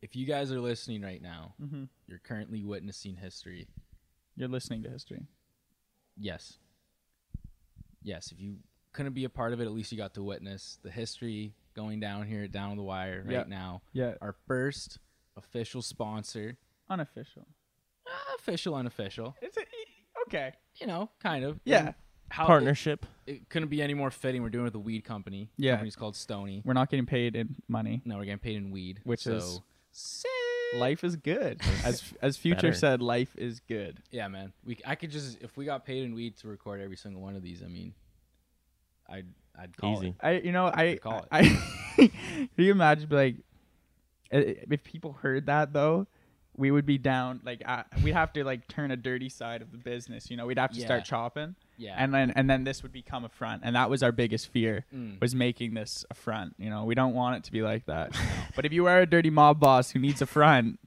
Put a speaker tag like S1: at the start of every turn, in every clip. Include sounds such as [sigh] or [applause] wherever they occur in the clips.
S1: if you guys are listening right now,
S2: Mhm.
S1: you're currently witnessing history.
S2: You're listening to history.
S1: Yes. Yes, if you couldn't be a part of it, at least you got to witness the history going down here at Down the Wire right
S2: Yeah.
S1: now.
S2: Yeah,
S1: Our first official sponsor,
S2: unofficial.
S1: Ah, official, unofficial,
S2: It's a, e, okay.
S1: you know, kind of.
S2: Yeah,
S1: And How
S3: Partnership.
S1: It, it couldn't be any more fitting. We're doing it with a weed company.
S2: Yeah.
S1: Company's called Stony.
S2: we're not getting paid in money,
S1: No, we're getting paid in weed.
S2: which
S1: so,
S2: is life is good. [laughs] As as Future
S3: Better.
S2: said, life is good.
S1: Yeah, man. We I could just if we got paid in weed to record every single one of these, I mean, I'd I'd call
S3: Easy.
S1: it.
S2: I you know I
S1: call it.
S2: I, [laughs] can you imagine like i- if people heard that though. We would be down, like uh, we'd have to like turn a dirty side of the business. You know, we'd have to
S1: Yeah.
S2: start chopping,
S1: Yeah.
S2: and then and then this would become a front, and that was our biggest fear.
S1: Mm.
S2: was making this a front. You know, we don't want it to be like [laughs] that. but if you are a dirty mob boss who needs a front,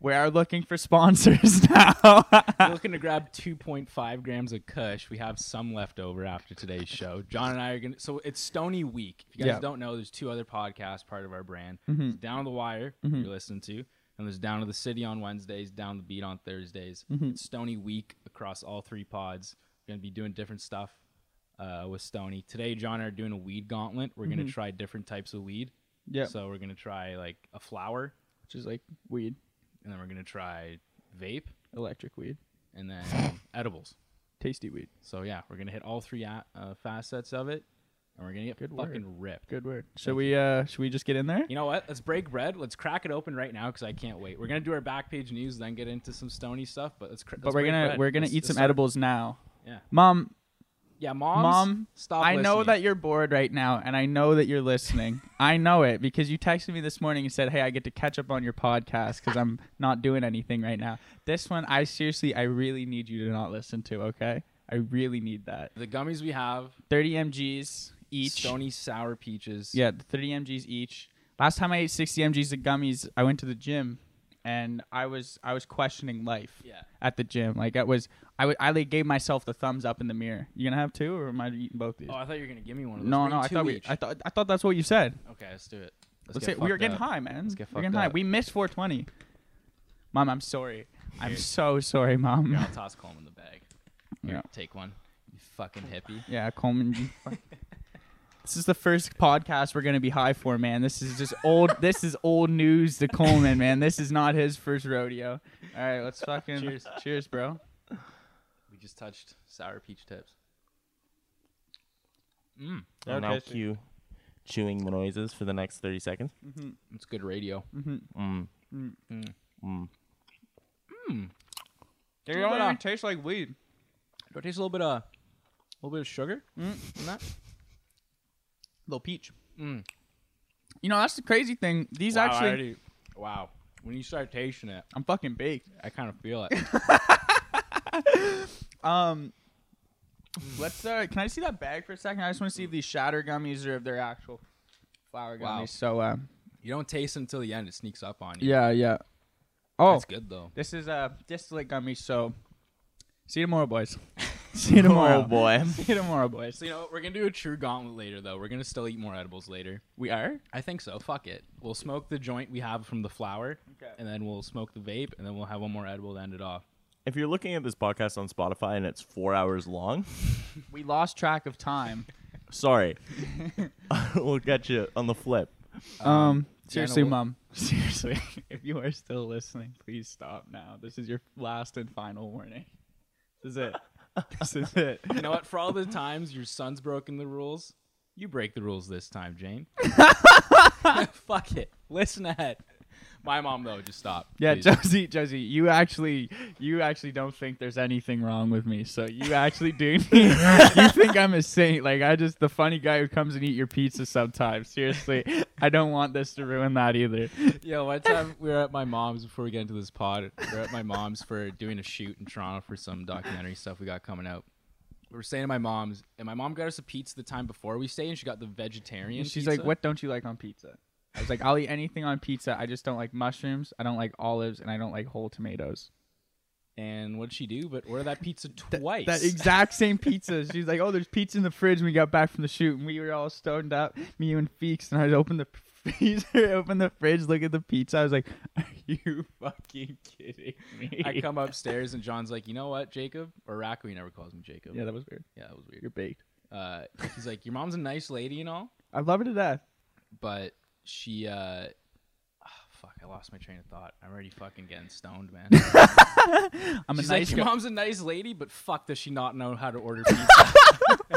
S2: we are looking for sponsors [laughs] now.
S1: We're looking to grab 2.5 grams of Kush. We have some left over after today's show. John and I are gonna. So it's Stony Week. If you guys
S2: Yeah.
S1: don't know, there's two other podcasts part of our brand. It's Down the Wire you're listening to, and there's Down to the City on Wednesdays, Down the Beat on Thursdays. It's Stony Week across all three pods. We're gonna be doing different stuff uh, with Stony today. John and I are doing a weed gauntlet. We're gonna try different types of weed.
S2: yeah,
S1: So we're gonna try like a flower,
S2: which is like weed,
S1: and then we're gonna try vape,
S2: electric weed,
S1: and then edibles.
S2: tasty weed.
S1: So yeah, we're gonna hit all three a- uh, facets of it, and we're gonna get
S2: Good
S1: fucking ripped.
S2: Good word. Should we uh should we just get in there?
S1: You know what? Let's break bread. Let's crack it open right now because I can't wait. We're gonna do our back page news, then get into some stony stuff. But let's. Cr-
S2: but we're gonna we're gonna eat some edibles now.
S1: Yeah.
S2: Mom,
S1: Yeah, moms,
S2: Mom,
S1: stop.
S2: I know
S1: listening.
S2: that you're bored right now, and I know that
S1: [laughs]
S2: you're listening. I know it because you texted me this morning and said, "Hey, I get to catch up on your podcast because I'm not doing anything right now." This one, I seriously, I really need you to not listen to. Okay, I really need that.
S1: the gummies we have
S2: Thirty mg's each.
S1: stony sour peaches.
S2: Yeah, thirty mg's each. Last time I ate sixty mg's of gummies, I went to the gym, and I was I was questioning life.
S1: Yeah.
S2: At the gym, like I was, I would, I like gave myself the thumbs up in the mirror. You gonna have two, or am I eating both these?
S1: Oh, I thought you were gonna give me one of those.
S2: No,
S1: Bring
S2: no, I
S1: two
S2: thought
S1: each.
S2: we, I thought, I thought that's what you said.
S1: okay, let's do it. Let's,
S2: Let's
S1: get
S2: say we were
S1: fucked
S2: getting
S1: up.
S2: high, man.
S1: Let's get
S2: we're getting
S1: fucked
S2: high.
S1: up.
S2: We missed 420. Mom, I'm sorry. I'm
S1: Here.
S2: so sorry, mom.
S1: Here,
S2: Yeah,
S1: I'll toss Colm in the bag. Here,
S2: Yeah.
S1: take one. You fucking hippie.
S2: Coleman.
S1: [laughs]
S2: you fuck. this is the first podcast we're gonna be high for, man. This is just old. this is old news to Coleman, man. This is not his first rodeo. All right, let's fucking
S1: Cheers.
S2: cheers, bro.
S1: We just touched sour peach tips.
S3: And I'll
S2: tasty.
S3: cue chewing the noises for the next 30 seconds.
S1: It's good radio.
S2: They
S1: don't even
S2: taste like weed.
S1: Do I taste a little bit of, a little bit of sugar in that?
S2: Little peach. Mm. You know that's the crazy thing. These
S1: Wow, I
S2: actually,
S1: already- wow. When you start tasting it,
S2: I'm fucking baked.
S1: I kind of [laughs] feel it.
S2: Um, let's. Uh, can I see that bag for a second? I just want to see if these shatter gummies or if they're actual flower gummies.
S1: Wow.
S2: So, uh,
S1: you don't taste it until the end; it sneaks up on you.
S2: yeah, yeah. Oh,
S1: That's good though.
S2: this is a uh, distillate gummy. So, see you tomorrow, boys. [laughs] see you tomorrow,
S3: Oh, boy.
S2: [laughs] See you tomorrow, boys.
S1: So you know what? we're gonna do a true gauntlet later though. We're gonna still eat more edibles later.
S2: We are.
S1: I think so. Fuck it. We'll smoke the joint we have from the flower,
S2: Okay.
S1: and then we'll smoke the vape, and then we'll have one more edible to end it off.
S3: If you're looking at this podcast on Spotify and it's four hours long,
S2: We lost track of time.
S1: [laughs]
S3: sorry. [laughs] we'll get you on the flip.
S2: Um, seriously,
S1: we'll-
S2: mom. [laughs] Seriously, if you are still listening, please stop now. This is your last and final warning. This is it. this is it. [laughs]
S1: You know what? For all the times your son's broken the rules, you break the rules this time, Jane. [laughs] Fuck it. Listen ahead. My mom though, just stop.
S2: Yeah,
S1: please.
S2: Josie, Josie, you actually, you actually don't think there's anything wrong with me. So you actually do. [laughs] you think I'm a saint? Like I just the funny guy who comes and eat your pizza sometimes. Seriously, I don't want this to ruin that either.
S1: Yo, one time we were at my mom's before we get into this pod. We were at my mom's for doing a shoot in Toronto for some documentary stuff we got coming out. We were staying at my mom's, and my mom got us a pizza the time before we stayed, and she got the vegetarian.
S2: And she's
S1: pizza.
S2: like, "What don't you like on pizza?" I was like, "I'll eat anything on pizza. I just don't like mushrooms. I don't like olives, and I don't like whole tomatoes."
S1: And what'd she do? But order that
S2: [laughs]
S1: pizza twice.
S2: That exact same pizza. She's like, "Oh, there's pizza in the fridge." When we got back from the shoot, and we were all stoned up, me you, and Feeks, and I opened the [laughs] freezer, open the fridge, look at the pizza. I was like, [laughs] are you fucking kidding me?
S1: I come upstairs and John's like, you know what, Jacob or Raku, he never calls me Jacob.
S2: yeah, that was weird.
S1: yeah, that was weird.
S2: You're baked.
S1: Uh, he's like, your mom's a nice lady and all,
S2: I love her to death.
S1: but she, uh, ah, fuck, I lost my train of thought. I'm already fucking getting stoned, man.
S2: I'm
S1: She's
S2: a nice
S1: like,
S2: guy.
S1: your mom's a nice lady, but fuck, does she not know how to order pizza?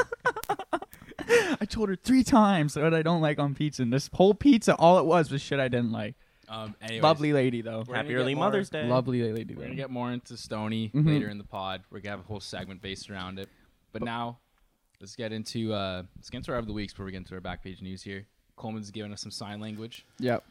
S2: I told her three times what I don't like on pizza, and this whole pizza, all it was was shit I didn't like.
S1: um, anyways,
S2: Lovely lady though.
S1: We're gonna
S3: Happy
S1: get
S3: early
S1: more-
S3: Mother's Day.
S2: Lovely lady
S1: We're gonna
S2: though.
S1: get more into Stony
S2: Mhm.
S1: later in the pod. We're gonna have a whole segment based around it. But now, let's get into uh, let's get into our of the weeks before we get into our back page news here. Coleman's giving us some sign language.
S2: Yep.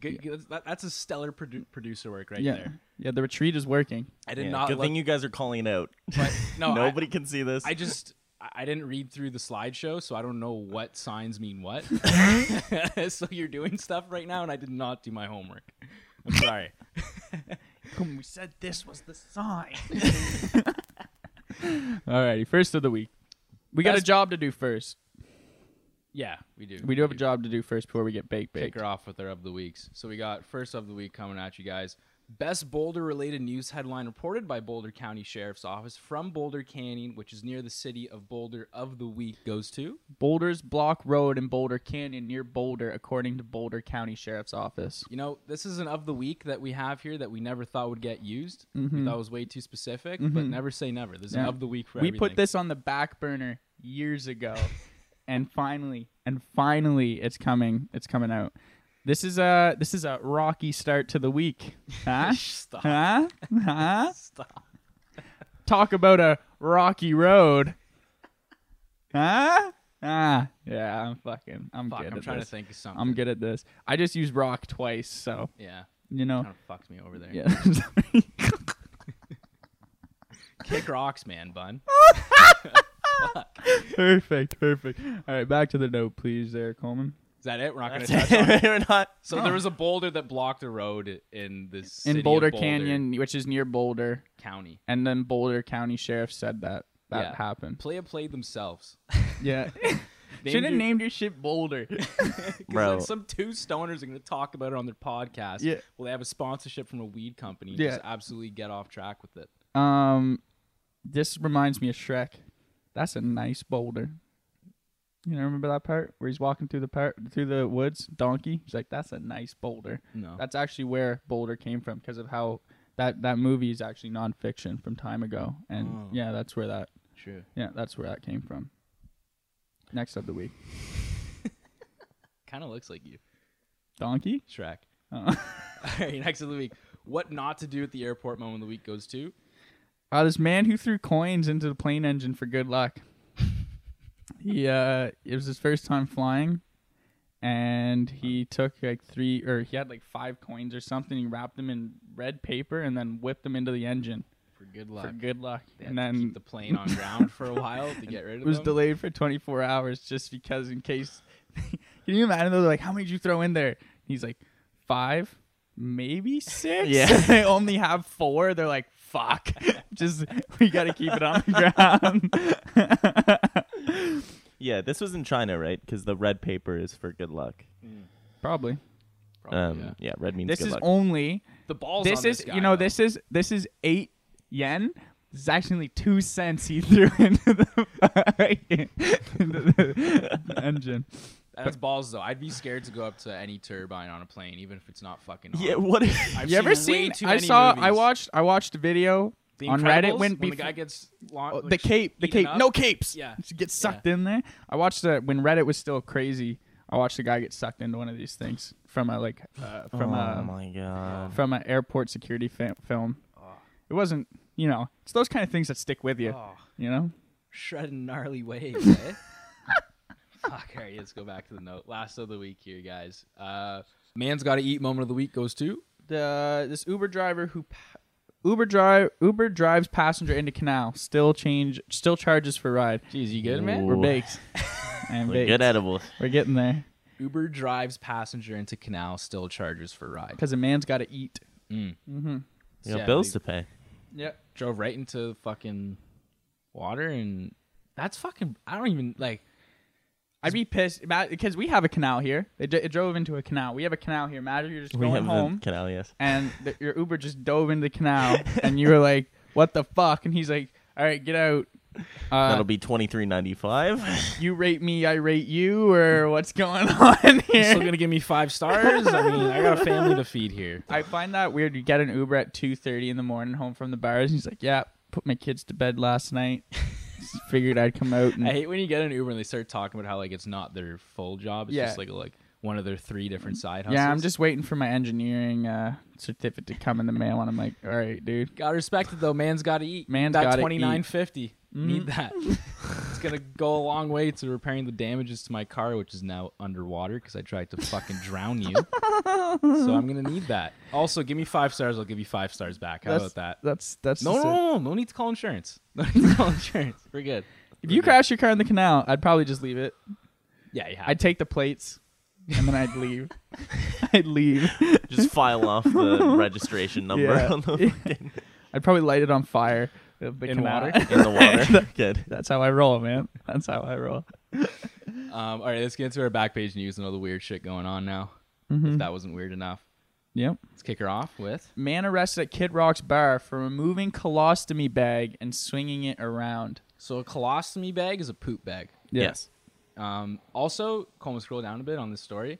S1: Good, good- that- that's a stellar produ- producer work right
S2: Yeah.
S1: there.
S2: Yeah, the retreat is working.
S1: I did
S3: Yeah,
S1: not.
S3: Good
S1: look,
S3: thing you guys are calling it out.
S1: but,
S3: [laughs]
S1: no, I-
S3: Nobody can see this.
S1: I,
S3: [laughs]
S1: just I- I didn't read through the slideshow, so I don't know what signs mean what. [laughs] so you're doing stuff right now, and I did not do my homework. I'm sorry.
S2: we said this was the sign. [laughs] Alrighty, first of the week. We got a
S1: Best-
S2: job to do first.
S1: yeah, we do.
S2: We do have a job to do first before we get baked
S1: kick
S2: baked.
S1: her off with our of the weeks. So we got first of the week coming at you guys. Best Boulder related news headline reported by Boulder County Sheriff's Office from Boulder Canyon, which is near the city of Boulder of the week, goes to
S2: Boulder's Block Road in Boulder Canyon near Boulder, according to Boulder County Sheriff's Office.
S1: you know, this is an of the week that we have here that we never thought would get used. We thought was way too specific, but never say never. There's an
S2: Mm-hmm. Yeah.
S1: of the week for
S2: we
S1: everything.
S2: put this on the back burner years ago and finally and finally it's coming it's coming out this is a this is a rocky start to the week
S1: [laughs]
S2: huh
S1: Stop.
S2: huh huh
S1: Stop.
S2: talk about a rocky road huh ah yeah i'm fucking i'm
S1: Fuck,
S2: good
S1: I'm
S2: at
S1: trying
S2: this
S1: to think of something.
S2: i'm good at this i just used rock twice so
S1: Yeah.
S2: you know
S1: Kind of fucked me over there.
S2: yeah [laughs] sorry.
S1: Kick rocks, man, bun.
S2: perfect perfect all right back to the note please there coleman
S1: Is that it? We're not going to touch on it.
S3: [laughs] We're not.
S1: So there was a boulder that blocked a road in the city
S2: in
S1: of
S2: Boulder, Canyon, which is near Boulder,
S1: County.
S2: and then Boulder County Sheriff said that that
S1: Yeah. [laughs]
S2: happened.
S1: Playa played
S2: [laughs]
S1: themselves.
S2: Yeah,
S1: Named
S2: should have
S1: your-
S2: named your shit
S1: [laughs]
S2: Boulder.
S1: 'cause
S3: Bro.
S1: then some two stoners are going to talk about it on their podcast.
S2: Yeah.
S1: Well, they have a sponsorship from a weed company. and
S2: Yeah.
S1: Just absolutely get off track with it.
S2: um, this reminds me of Shrek. That's a nice Boulder. You know, remember that part where he's walking through the par- through the woods, donkey? He's like, "That's a nice Boulder."
S1: No.
S2: That's actually where Boulder came from because of how that that movie is actually nonfiction from time ago, and
S1: Oh.
S2: yeah, that's where that
S1: true.
S2: yeah that's where that came from. Next up the week,
S1: Kind of looks like you.
S2: donkey.
S1: Shrek.
S2: Oh.
S1: [laughs] All right, next of the week. What not to do at the airport moment of the week goes to
S2: Uh, this man who threw coins into the plane engine for
S1: [laughs]
S2: good luck. he uh, it was his first time flying, and he took like three or he had like five coins or something. He wrapped them in red paper and then whipped them into the engine
S1: for good luck.
S2: for good luck.
S1: They had
S2: and
S1: to
S2: then
S1: keep the plane on ground for a while to get rid
S2: it
S1: of
S2: was
S1: them.
S2: delayed for 24 hours just because in case. [laughs] Can you imagine though? They're like, how many did you throw in there? He's like, five, maybe six.
S3: Yeah.
S2: [laughs] they only have four. They're like, fuck. [laughs] just we got to keep it on the ground. [laughs]
S3: Yeah, this was in China, right? Because the red paper is for good luck.
S2: Probably.
S1: Probably,
S3: Um,
S1: Oh, yeah.
S3: yeah. red means
S2: This
S3: good
S2: is
S3: luck.
S2: only.
S1: The balls.
S2: This
S1: on
S2: is
S1: guy,
S2: you know
S1: though.
S2: this is this is eight yen. This is actually two cents he [laughs] threw into the, into the [laughs] engine.
S1: That's balls though. I'd be scared to go up to any turbine on a plane, even if it's not fucking. On.
S3: [laughs] yeah, what? If,
S1: I've
S2: you ever
S1: seen way
S2: seen?
S1: too
S2: I
S1: many
S2: saw. I
S1: movies.
S2: watched. I watched a video
S1: The
S2: on Reddit
S1: Incredibles,
S2: when,
S1: when the
S2: befo-
S1: guy gets laun-
S2: oh, the
S1: like,
S2: cape. The
S1: eaten
S2: cape.
S1: up.
S2: No capes.
S1: Yeah.
S2: She gets sucked in there. I watched that when Reddit was still crazy. I watched a guy get sucked into one of these things from a like uh, from
S3: oh
S2: a
S3: my god.
S2: from an airport security fa- film.
S1: Ah.
S2: It wasn't. You know, it's those kind of things that stick with you.
S1: Oh,
S2: You know.
S1: shredding gnarly
S2: [laughs]
S1: waves. eh? Fuck. All right, let's go back to the note. Last of the week here, guys. Uh, man's got to eat moment of the week goes to.
S2: The this Uber driver who. Pa- Uber drive Uber drives passenger into canal. Still change. Still charges for ride.
S1: Jeez, you good, man?
S3: Ooh.
S2: We're baked. I'm
S3: They're
S2: baked.
S3: good edibles.
S2: We're getting there.
S1: Uber drives passenger into canal, still charges for ride.
S2: Because a man's got to eat.
S3: You got
S1: Yeah,
S3: bills to
S1: dude.
S3: pay.
S2: Yep.
S1: Drove right into
S2: [laughs]
S1: fucking water, and that's fucking. I don't even like.
S2: I'd be pissed because we have a canal here. It, d- it drove into a canal. We have a canal here. Imagine you're just
S3: We
S2: going
S3: have
S2: home
S3: the canal, yes. [laughs]
S2: and the, your Uber just dove into the canal and you were like, "What the fuck?" And he's like, "All right, get out." Uh,
S3: That'll be twenty three ninety five.
S2: [laughs] you rate me, I rate you, or what's going [laughs] on
S1: You're still
S2: here?
S1: gonna give me five stars? I mean, I got a family to feed here.
S2: I find that weird. You get an Uber at two thirty in the morning home from the bars, and he's like, "Yeah, put my kids to bed last
S3: [laughs]
S2: night. Just figured I'd come out." And
S1: I hate when you get an Uber and they start talking about how like it's not their full job. It's
S2: Yeah. Mm.
S1: just like like one of their three different side hustles.
S2: yeah, I'm just waiting for my engineering uh, certificate to come in the mail, and I'm like, "All right, dude."
S1: gotta respect it though. Man's gotta eat.
S2: Man's
S1: that
S2: gotta eat. Mm.
S1: twenty nine fifty. Need
S2: [laughs]
S1: that. it's gonna go a long way to repairing the damages to my car, which is now underwater because I tried to fucking drown you. so I'm gonna need that. Also, give me five stars. I'll give you five stars back. How
S2: that's,
S1: about that?
S2: That's that's
S1: No, no,
S2: just it.
S1: no, no, no need to call insurance. [laughs] No need to call insurance. We're good.
S2: If you crash your car in the canal, I'd probably just leave it.
S1: Yeah, yeah.
S2: I'd take the plates, and then I'd
S1: [laughs]
S2: leave. [laughs] I'd leave.
S3: Just file off the
S2: [laughs]
S3: registration number
S2: Yeah.
S3: on the
S2: Yeah.
S3: fucking-
S2: I'd probably light it on fire. The
S1: In
S2: canal.
S1: water?
S3: in the water. Good.
S2: [laughs] That's how I roll, man. That's how I roll.
S1: Um, all right, let's get into our back page news and all the weird shit going on now.
S2: Mm-hmm.
S1: If that wasn't weird enough,
S2: Yep.
S1: let's kick her off with.
S2: Man arrested at Kid Rock's bar for removing colostomy bag and swinging it around.
S1: So a colostomy bag is a poop bag.
S3: Yes.
S1: Um, also, Coleman, scroll down a bit on this story.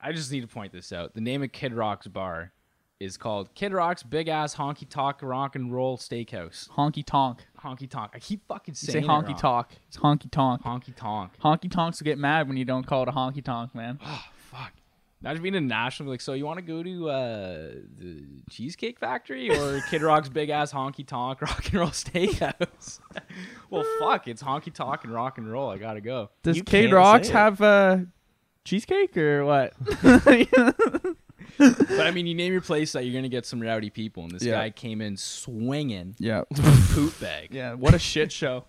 S1: I just need to point this out. The name of Kid Rock's bar is called Kid Rock's Big Ass Honky Tonk Rock and Roll Steakhouse.
S2: Honky tonk.
S1: Honky Tonk. I keep fucking
S2: You say
S1: saying it
S2: honky
S1: wrong.
S2: tonk. It's honky tonk.
S1: Honky Tonk.
S2: Honky tonks will get mad when you don't call it a honky tonk, man.
S1: Oh, fuck. Imagine being a national. Like, so you want to go to uh, the Cheesecake Factory
S2: [laughs]
S1: or Kid Rock's Big Ass Honky Tonk Rock and Roll Steakhouse? [laughs] well, fuck. It's Honky Tonk and Rock and Roll. I gotta go.
S2: Does
S3: You
S2: Kid
S3: can't
S2: Rocks
S3: say it.
S2: have uh, cheesecake or what? [laughs]
S1: But I mean, you name your place that you're gonna get some rowdy people, and this
S2: Yeah.
S1: guy came in
S2: [laughs]
S1: swinging
S2: yeah.
S1: poop bag.
S2: Yeah, what a shit show.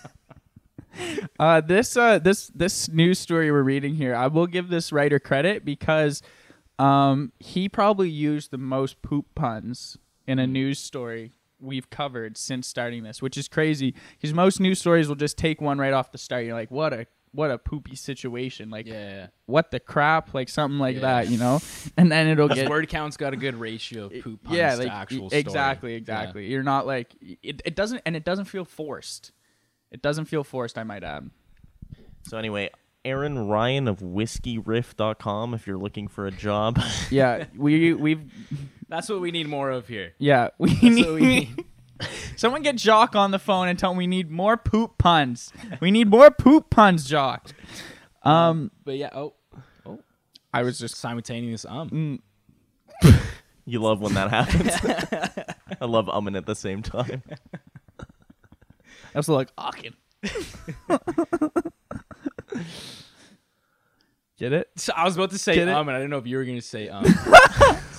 S2: [laughs] uh, this uh, this this news story we're reading here, I will give this writer credit because um, he probably used the most poop puns in a news story we've covered since starting this, which is crazy because most news stories will just take one right off the start. You're like, what a what a poopy situation, like
S1: Yeah,
S2: what the crap, like something like
S1: Yeah.
S2: that, you know, and then it'll
S1: His
S2: get
S1: word count's got a good ratio of poop puns
S2: yeah,
S1: to
S2: like,
S1: actual
S2: e-
S1: story.
S2: exactly,
S1: Yeah.
S2: exactly. You're not like it, it doesn't, and it doesn't feel forced. It doesn't feel forced. I might add.
S3: So anyway, Aaron Ryan of whiskeyriff.com if you're looking for a job. [laughs]
S2: Yeah, we we've
S1: That's what we need more of
S2: [laughs]
S1: here.
S2: yeah we
S1: That's what we
S2: need.
S1: need.
S2: [laughs] Someone get Jock on the phone and tell him we need more poop puns. We need more poop puns, Jock. Um,
S1: But yeah, oh,
S2: I was just Mm.
S1: simultaneous um.
S3: you love when
S2: [laughs]
S3: that happens. I love umming at the same time.
S2: I was like, uh, "Fucking." get it?
S1: So I was about to say
S2: Get it?
S1: um, and I didn't know if you were gonna say
S2: [laughs]
S1: um. so I was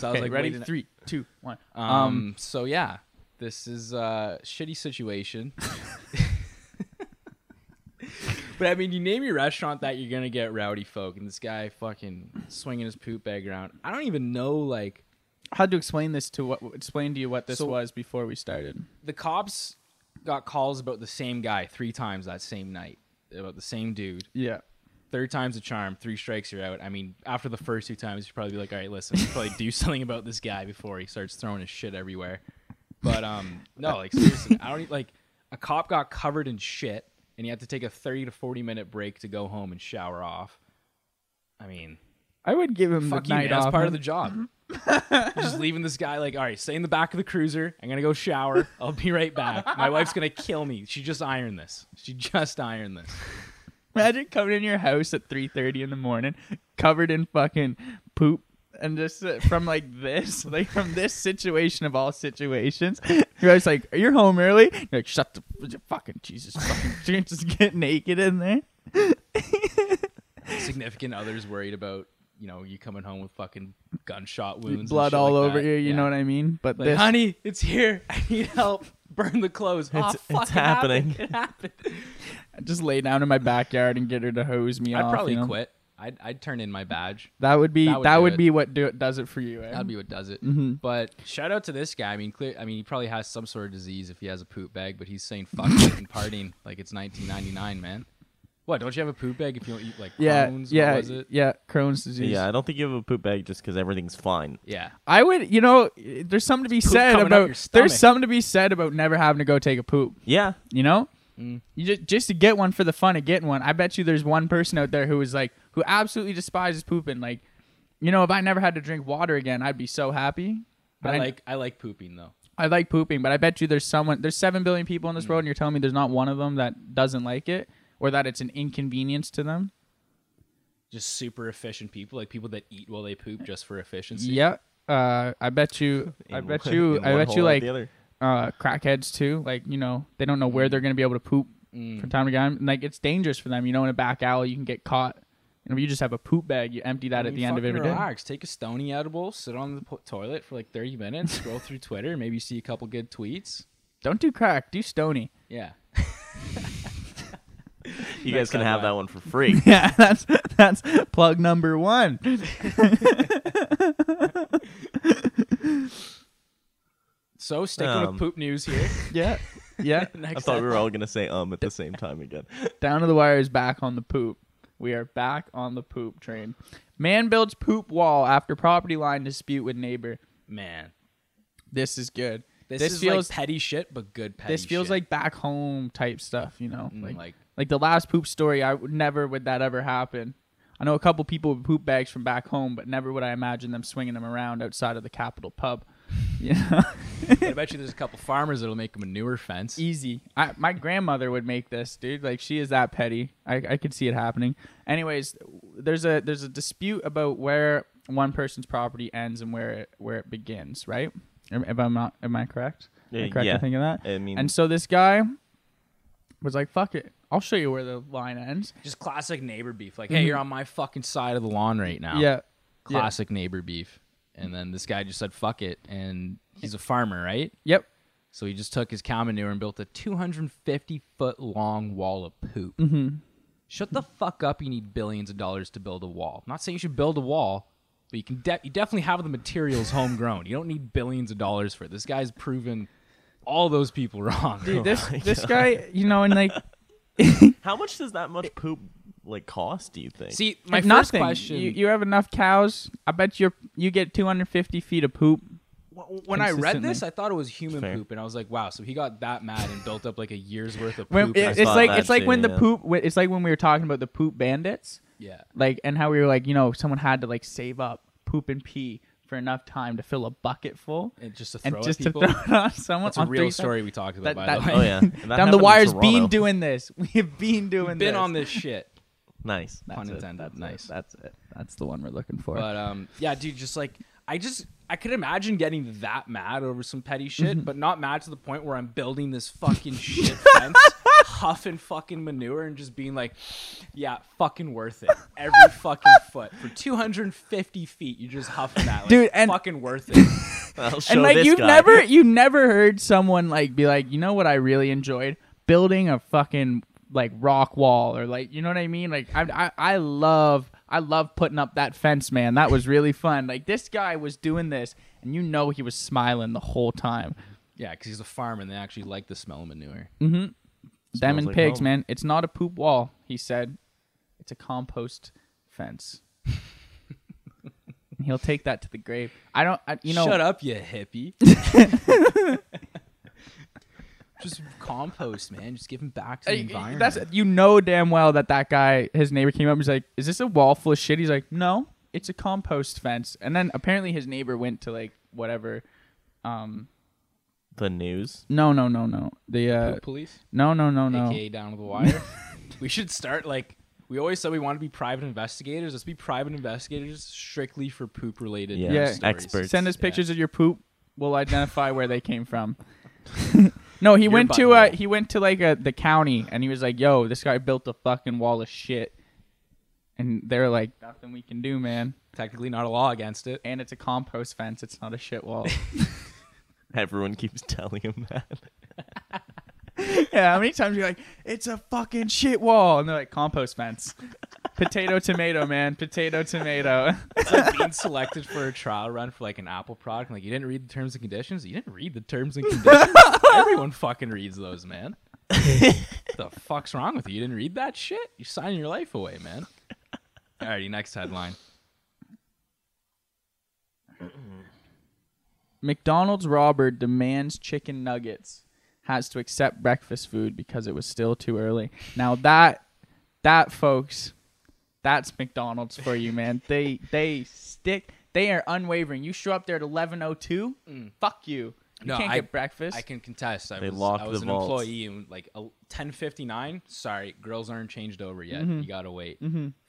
S2: Okay,
S1: like,
S2: ready?
S1: wait a-
S2: Three, two, one.
S1: Um, So yeah, this is a shitty situation. [laughs] but I mean, you name your restaurant that, you're gonna get rowdy folk, and this guy fucking swinging his poop bag around. I don't even know. Like
S2: how to explain this to what explain to you what this
S1: So-
S2: was before we started.
S1: the cops got calls about the same guy three times that same night about the same dude.
S2: Yeah.
S1: Third time's a charm. Three strikes, you're out. I mean, after the first two times, you'd probably be like, all right, listen, you probably do [laughs] something about this guy before he starts throwing his shit everywhere. But um, no, like seriously, I don't e- like a cop got covered in shit and he had to take a 30 to 40 minute break to go home and shower off. I mean,
S2: I would give him
S1: fuck
S2: the
S1: you, man.
S2: night
S1: That's
S2: off. Mm-hmm.
S1: part of the job. [laughs] Just leaving this guy like, all right, stay in the back of the cruiser. I'm gonna go shower. I'll be right back. My wife's gonna kill me. She just ironed this. She just ironed this.
S2: Imagine coming in your house at 3:30 in the morning, covered in fucking poop, and just uh, from like this, [laughs] like from this situation of all situations, you're always like, "You're home early." You're like, "Shut the fucking Jesus fucking [laughs] Jesus, just get naked in there."
S1: significant others worried about you know you coming home with fucking gunshot wounds, and
S2: Blood
S1: shit
S2: all
S1: like
S2: over
S1: that.
S2: you, you
S1: Yeah.
S2: know what I mean? But
S1: Like,
S2: this
S1: honey, it's here. [laughs] I need help. Burn the clothes. It's,
S3: It's- it's happening.
S1: It happened.
S2: I'd just lay down in my backyard and get her to hose me off.
S1: I'd probably
S2: you know?
S1: quit. I'd, I'd turn in my badge.
S2: That would be
S1: That
S2: that
S1: would
S2: would,
S1: do it.
S2: be what do, does it for you. Eh?
S1: That'd be what does it. But shout out to this guy. I mean, clear. I mean, he probably has
S2: [laughs]
S1: some sort of disease if he has a poop bag, but he's saying fuck it and partying like it's 1999, man. What? Don't you have a poop bag if you don't eat like
S2: Yeah,
S1: Crohn's?
S2: yeah,
S1: What was it?
S2: yeah. Crohn's disease.
S3: Yeah, I don't think you have a poop bag just because everything's fine.
S1: Yeah.
S2: I would, you know, there's something to be
S1: Poop
S2: said
S1: coming up your
S2: about
S1: stomach.
S2: there's something to be said about never having to go take a poop.
S3: Yeah,
S2: You know,
S3: Mm.
S2: you just just to get one for the fun of getting one. I bet you there's one person out there who is like who absolutely despises pooping. Like, you know, if I never had to drink water again, I'd be so happy. But
S1: I like I like pooping though.
S2: I like pooping, but I bet you there's someone there's seven billion people
S3: Mm.
S2: in this world, and you're telling me there's not one of them that doesn't like it or that it's an inconvenience to them.
S1: Just super efficient people, like people that eat while they poop just for efficiency.
S2: Yeah. Uh, I bet
S3: [laughs]
S2: you. I
S3: In
S2: bet
S3: one-
S2: you.
S3: in
S2: I
S3: one
S2: bet
S3: hole
S2: you
S3: out
S2: like [laughs]
S3: the other.
S2: uh, crackheads too. Like you know, they don't know where
S1: Mm.
S2: they're gonna be able to poop from time to time. And, like it's dangerous for them. You know, in a back alley, you can get caught. And if you just have a poop bag, you empty that
S1: I
S2: at
S1: mean,
S2: the end of
S1: fucking
S2: every day.
S1: relax. Take a stony edible, sit on the po- toilet for like 30 minutes, scroll through Twitter, maybe see a couple good tweets.
S2: Don't do crack. Do stony. [laughs]
S1: Yeah.
S3: You guys can
S1: that line.
S3: have that one
S2: [laughs]
S3: for free.
S2: Yeah, that's that's plug number one.
S1: So sticking
S3: Um,
S1: with poop news
S2: [laughs]
S1: here.
S2: Yeah, yeah.
S3: I
S1: Next
S3: thought we
S1: up,
S3: were all gonna say um at the same time again.
S2: Down to the wire is back on the poop. We are back on the poop train. Man builds poop wall after property line dispute with neighbor.
S1: man.
S2: This is good.
S1: This,
S2: This
S1: is
S2: feels-
S1: like petty shit, but good petty.
S2: this feels
S1: shit.
S2: like back home type stuff, you know.
S1: Mm,
S2: like, like
S1: like-
S2: the last poop story, I would never would that ever happen. I know a couple people with poop bags from back home, but never would I imagine them swinging them around outside of the Capitol pub. [laughs] You know,
S1: I bet you there's a couple farmers that'll make a manure fence.
S2: easy. I, my grandmother would make this, dude. Like she is that petty. I, I could see it happening. Anyways, there's a there's a dispute about where one person's property ends and where it where it begins, right? Am, am I not am I correct? Am I
S3: Uh,
S2: correct
S3: yeah.
S2: in thinking that?
S3: I mean-
S2: and so this guy was like, "Fuck it, I'll show you where the line ends."
S1: Just classic neighbor beef. Like, hey, you're on my fucking side of the lawn right now.
S2: Mm-hmm. Yeah,
S1: Classic neighbor beef. And then this guy just said, fuck it. And he's a farmer, right?
S2: Yep.
S1: So he just took his cow manure and built a 250 foot long wall of poop.
S2: Mm-hmm.
S1: Shut the fuck up. You need billions of dollars to build a wall. I'm not saying you should build a wall, but you can de- you definitely have the materials homegrown. You don't need billions of dollars for it. This guy's proven all those people wrong.
S3: Oh
S2: Dude, this this guy, you know, and like
S3: How much does that much poop like cost? Do you
S1: [laughs]
S3: think?
S1: See, [laughs] my
S2: if
S1: first
S2: nothing.
S1: question.
S2: You, you have enough cows. I bet you're you get 250 feet of poop.
S1: Wh- when I read this,
S2: consistently.
S1: I thought it was human
S3: Fair.
S1: poop, and I was like, "Wow!" So he got that mad and built up like a year's worth of
S2: When,
S1: poop.
S2: it-
S1: and I
S2: it's
S1: thought-
S3: saw
S2: like
S3: that
S2: it's like when
S3: too,
S2: the
S3: yeah.
S2: poop. It's like when we were talking about the poop bandits,
S1: yeah,
S2: like and how we were like, you know, someone had to like save up poop and pee for enough time to fill a bucket full
S1: and just to throw
S2: and
S1: at
S2: just to
S1: people.
S2: throw it on someone.
S1: That's a
S2: on
S1: real
S2: three-
S1: story we talked about.
S2: That-
S1: by
S2: that-
S1: the way,
S3: oh yeah, And
S2: [laughs]
S3: that
S2: Down the
S3: happened in
S2: wires, been
S3: Toronto.
S2: doing this. [laughs] We have been doing this.
S1: been on this shit.
S2: [laughs]
S3: nice.
S2: That's
S1: Pun
S2: it,
S1: intended.
S2: That's it,
S1: Nice.
S2: That's it. That's the one we're looking for.
S1: But um, yeah, dude, just like I just I could imagine getting that mad over some petty
S2: Mm-hmm.
S1: shit, but not mad to the point where I'm building this
S2: [laughs]
S1: fucking shit fence, huffing fucking manure, and just being like, yeah, fucking worth it every fucking foot for 250 feet. You just huffing that, like,
S2: Dude, and-
S1: fucking worth
S2: [laughs]
S1: it.
S3: I'll show
S2: and like
S3: this
S2: you've
S3: guy. [laughs]
S2: never you never heard someone like be like you know what i really enjoyed building a fucking like rock wall or like you know what i mean like i i, I love i love putting up that fence man that was really fun like this guy was doing this and you know he was smiling the whole time
S1: Yeah, because he's a farmer and they actually like the smell of manure.
S2: them and
S3: like
S2: pigs
S3: home.
S2: man it's not a poop wall he said it's a compost
S3: [laughs]
S2: fence And He'll take that to the grave. I don't, I, you know.
S1: Shut up, you
S2: [laughs]
S1: hippie. Just compost, man. Just giving back to the
S2: Hey,
S1: environment.
S2: That's you know damn well that that guy, his neighbor came up and was like, "Is this a wall full of shit?" He's like, "No, it's a compost fence." And then apparently his neighbor went to like whatever. Um,
S3: the news.
S2: no, no, no, no. The uh,
S1: Poop police,
S2: no, no, no, no.
S1: aka down to the wire. we should start like we always said we want to be private investigators. Let's be private investigators strictly for poop related.
S3: Yeah,
S2: Yeah.
S3: experts.
S2: Send us
S1: Yeah.
S2: pictures of your poop. We'll identify where they came
S1: [laughs]
S2: from. no, he
S1: Your
S2: went to uh,
S1: butthole.
S2: he went to like a, the county and he was like, "Yo, this guy built a fucking wall of shit," and they're like, "Nothing we can do, man."
S1: Technically, not a law against it.
S2: And it's a compost fence. It's not a shit wall.
S3: Everyone keeps [laughs] telling him that.
S2: Yeah, how many times you're like, it's a fucking shit wall, and they're like compost fence, potato tomato man, potato tomato. [laughs]
S1: It's like being selected for a trial run for like an Apple product. and, Like you didn't read the terms and conditions. You didn't read the terms and conditions. Everyone fucking reads those, man. the fuck's wrong with you? You didn't read that shit? You're signing your life away, man. Alrighty, next headline.
S2: McDonald's robber demands chicken nuggets, has to accept breakfast food because it was still too early. Now that that folks, that's McDonald's for you, man. they they stick they are unwavering. You show up there at eleven oh two, fuck you. You
S1: Mm. No,
S2: can't
S1: I-
S2: get breakfast.
S1: I can contest. I
S3: They
S1: was,
S3: locked
S1: I was
S3: the
S1: an
S3: vaults.
S1: employee and like el- 1059. Sorry, girls aren't changed over yet.
S2: Mm-hmm.
S1: You gotta wait.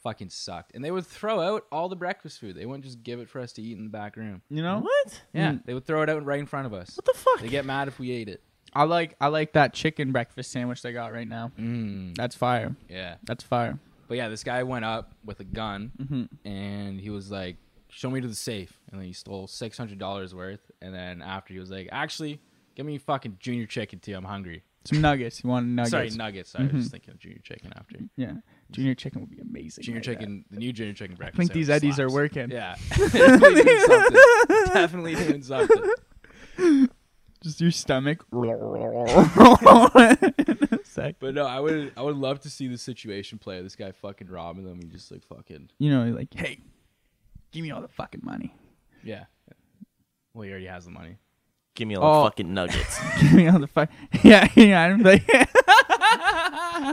S1: Fucking sucked. And they would throw out all the breakfast food. They wouldn't just give it for us to eat in the back room.
S2: you know?
S3: What?
S1: Yeah, they would throw it out right in front of us.
S3: What the fuck?
S1: They get mad if we ate it.
S2: I like I like that chicken breakfast sandwich they got right now. Mm. That's fire.
S1: Yeah.
S2: That's fire.
S1: But yeah, this guy went up with a gun
S2: Mm-hmm.
S1: and he was like, "Show me to the safe." And then he stole six hundred dollars worth. And then after he was like, "Actually, give me fucking junior chicken too. I'm hungry."
S2: Some nuggets. You want nuggets? Mm-hmm.
S1: Sorry, nuggets. Sorry, I was just thinking of junior chicken after
S2: yeah. Junior chicken would be amazing.
S1: junior
S2: like that.
S1: chicken. The new junior chicken breakfast.
S2: I think these
S1: sandwich
S2: Eddies are
S1: slaps. [laughs] Yeah,
S2: working.
S1: Definitely doing something. [laughs] Definitely doing something.
S2: Just your stomach. [laughs] Sick.
S1: But no, I would I would love to see the situation play. This guy fucking robbing them. He just like fucking
S2: you know, like, hey, give me all the fucking money. [laughs]
S1: yeah. Well, he already has the money.
S3: Give me all
S2: Oh.
S3: the fucking
S2: [laughs]
S3: nuggets.
S2: Give me all the fuck. Yeah, yeah. I'm like,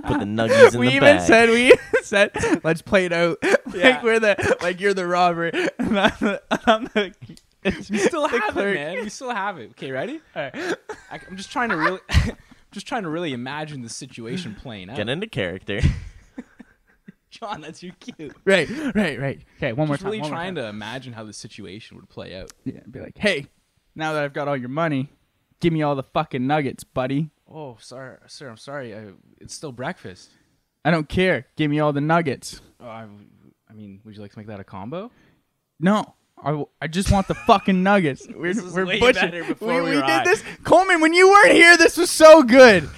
S3: Put the nuggets
S2: [laughs]
S3: in
S2: we
S3: the
S2: even
S3: bag.
S2: said we even [laughs] said let's play it out. [laughs]
S1: Yeah.
S2: Like we're the like you're the robber. [laughs] And I'm the, I'm the,
S1: We still
S2: [laughs] the
S1: have
S2: clerk.
S1: it, man. We still have it. Okay, ready?
S2: All right.
S1: I, I'm just [laughs] trying to really, I'm just trying to really imagine the situation playing out.
S3: Get into character. [laughs]
S1: John, that's your cue.
S2: right, right, right. Okay, one more
S1: Just
S2: time.
S1: really
S2: one more
S1: trying
S2: time.
S1: to imagine how the situation would play out.
S2: yeah, be like, hey, now that I've got all your money, give me all the fucking nuggets, buddy.
S1: Oh, sorry, sir. I'm sorry. I, it's still breakfast.
S2: I don't care. Give me all the nuggets.
S1: Oh, I, I mean, would you like to make that a combo?
S2: No. I, w- I just want the fucking [laughs] nuggets. We're,
S1: This was
S2: we're
S1: way
S2: butchering.
S1: better before we
S2: we
S1: were
S2: did
S1: high.
S2: this. Coleman, when you weren't here, this was so
S1: [laughs]
S2: good.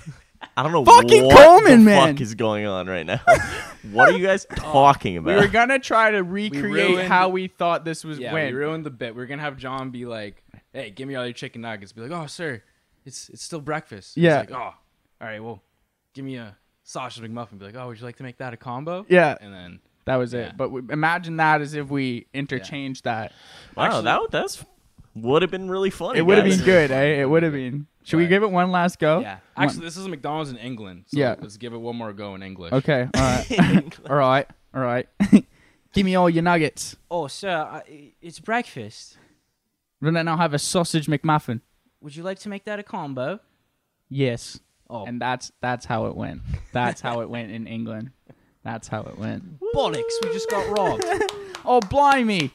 S3: I don't know
S2: Fucking
S3: what
S2: Coleman,
S3: the
S2: man. Oh,
S3: fuck is going on right now. [laughs] what are you
S2: [laughs]
S3: guys talking
S2: We
S3: about?
S2: were going to try to recreate
S1: ruined-
S2: how we thought this was
S1: Yeah,
S2: when.
S1: we ruined the bit. We are gonna have John be like, "Hey, give me all your chicken nuggets." Be like, "Oh, sir, it's it's still breakfast." He's
S2: Yeah.
S1: like, oh, all right. Well, give me a sausage McMuffin. Be like, "Oh, would you like to make that a combo?"
S2: Yeah.
S1: And then
S2: that was
S1: Yeah.
S2: it. But we, imagine that as if we interchanged that.
S3: wow,
S1: actually-
S3: that that's would have been really funny.
S2: It would have
S3: guys.
S2: been good, eh? It would have been. Should we
S1: But-
S2: give it one last go?
S1: yeah,
S2: One-
S1: actually, this is a McDonald's in England. So
S2: Yeah.
S1: Let's give it one more go in English.
S2: Okay. All
S1: [laughs]
S2: right. all
S3: [laughs]
S2: right. All right. [laughs] give me all your nuggets.
S4: Oh, sir, I, it's breakfast.
S2: And then I'll have a sausage McMuffin.
S4: Would you like to make that a combo?
S2: Yes.
S4: Oh,
S2: And that's that's how it went. That's how it went in England. That's how it went.
S4: bollocks, we just got
S2: [laughs]
S4: robbed.
S2: Oh blimey!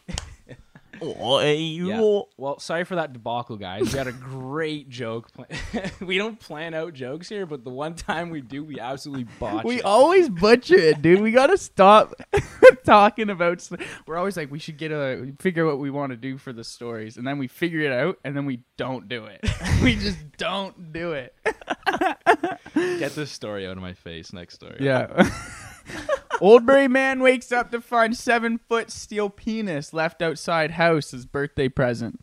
S3: Oh, hey, you
S1: Yeah.
S3: all-
S1: Well, sorry for that debacle, guys. We had a great joke. Plan- [laughs] we don't plan out jokes here, but the one time we do, we absolutely botch
S2: We
S1: it.
S2: always butcher it, dude. We gotta stop [laughs] talking about. s- We're always like, we should get a figure what we want to do for the stories, and then we figure it out, and then we don't do it. [laughs] we just don't do it.
S1: Get this story out of my face. Next story.
S2: [laughs] Yeah. Oldbury man wakes up to find seven foot steel penis left outside house as birthday present.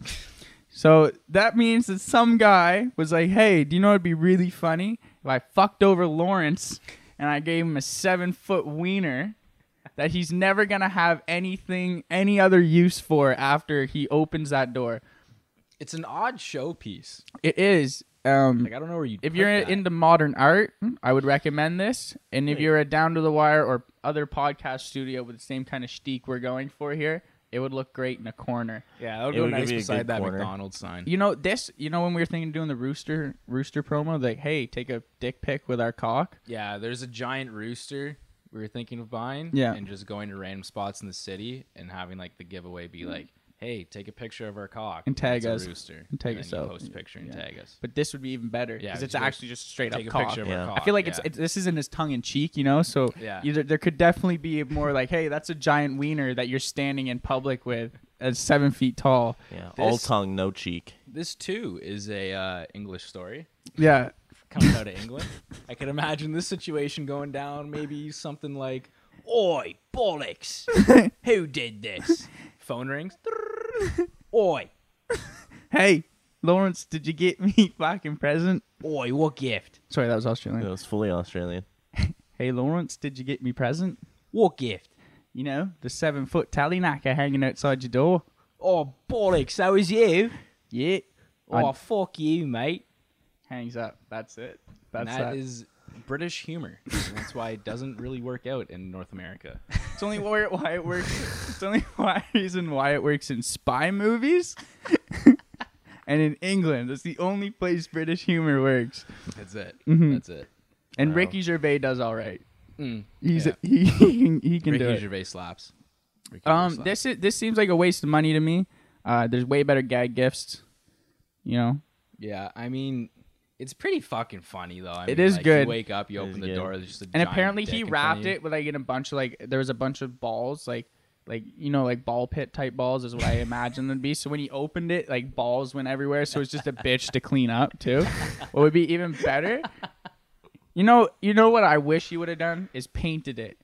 S2: So that means that some guy was like, "Hey, do you know it'd be really funny if I fucked over Lawrence and I gave him a seven foot wiener that he's never gonna have anything any other use for after he opens that door."
S1: It's an odd showpiece.
S2: It is. Um,
S1: Like I don't know where you.
S2: if
S1: put
S2: you're
S1: that.
S2: into modern art, I would recommend this. And if you're a down to the wire or other podcast studio with the same kind of shtick we're going for here, it would look great in a corner.
S1: Yeah, that would
S3: It
S1: go
S3: would
S1: nice
S3: give you a good
S1: beside that
S3: corner.
S1: McDonald's sign.
S2: You know this. You know when we were thinking of doing the rooster rooster promo, like, hey, take a dick pic with our cock.
S1: Yeah, there's a giant rooster we were thinking of buying.
S2: Yeah.
S1: And just going to random spots in the city and having like the giveaway be like, hey, take a picture of our cock.
S2: And tag
S1: It's a
S2: us.
S1: rooster.
S2: And tag
S1: and
S2: us
S1: then you
S2: out.
S1: Post a picture and
S2: Yeah.
S1: tag us.
S2: But this would be even better
S1: Yeah,
S2: because it's
S1: just go
S2: actually just straight
S1: Take
S2: up
S1: a
S2: cock.
S1: picture of
S3: Yeah.
S1: our cock.
S2: I feel like
S1: yeah.
S2: it's it, this isn't as tongue in cheek, you know. So
S1: Yeah.
S2: either there could definitely be a more like, hey, that's a giant wiener that you're standing in public with, as seven feet tall.
S3: yeah,
S1: This-
S3: all tongue, no cheek.
S1: This too is a uh, English story.
S2: Yeah,
S1: Comes out of England. I can imagine this situation going down. Maybe something like,
S4: Oi,
S2: [laughs]
S4: bollocks. Who did this?
S1: phone rings. [laughs]
S4: Oi,
S2: hey, Lawrence, did you get [laughs] me fucking present?
S4: oi, what gift?
S2: Sorry, that was Australian.
S3: It was fully Australian.
S2: Hey Lawrence, did you get me present?
S4: What gift?
S2: You know, the seven foot tallyknacker hanging outside your door.
S4: Oh, bollocks, that was you?
S2: Yeah.
S4: Oh, fuck you, mate.
S2: Hangs up. That's it.
S1: And
S2: That's
S1: that
S2: that.
S1: is British humor. And that's why it doesn't really work out in North
S2: [laughs]
S1: America.
S2: It's only why it, why it works. It's only [laughs] why reason why it works in spy movies, [laughs] and in England. That's the only place British humor works.
S1: That's it.
S2: Mm-hmm.
S1: That's it.
S2: And
S3: Wow.
S2: Ricky Gervais does all right.
S1: Mm,
S2: He's
S1: yeah.
S2: he, [laughs] he can he can do
S1: Ricky
S2: it.
S1: Gervais slaps. Ricky
S2: Um,
S1: Gervais slaps.
S2: this is, this seems like a waste of money to me. Uh, there's way better gag gifts. You know,
S1: Yeah, I mean, it's pretty fucking funny though. I
S2: It
S1: mean,
S2: is
S1: like,
S2: good.
S1: You wake up, you
S3: It
S1: open
S3: is
S1: the
S3: good.
S1: door, there's just a
S2: and
S1: giant
S2: apparently
S1: dick
S2: he
S1: in
S2: wrapped
S1: front of you.
S2: it with like in a bunch of like there was a bunch of balls like like you know like ball pit type balls is what I imagine them to be. So when he opened it, like balls went everywhere. So it's just a bitch to clean up too. What would be even better? You know, you know what I wish you would have done is painted it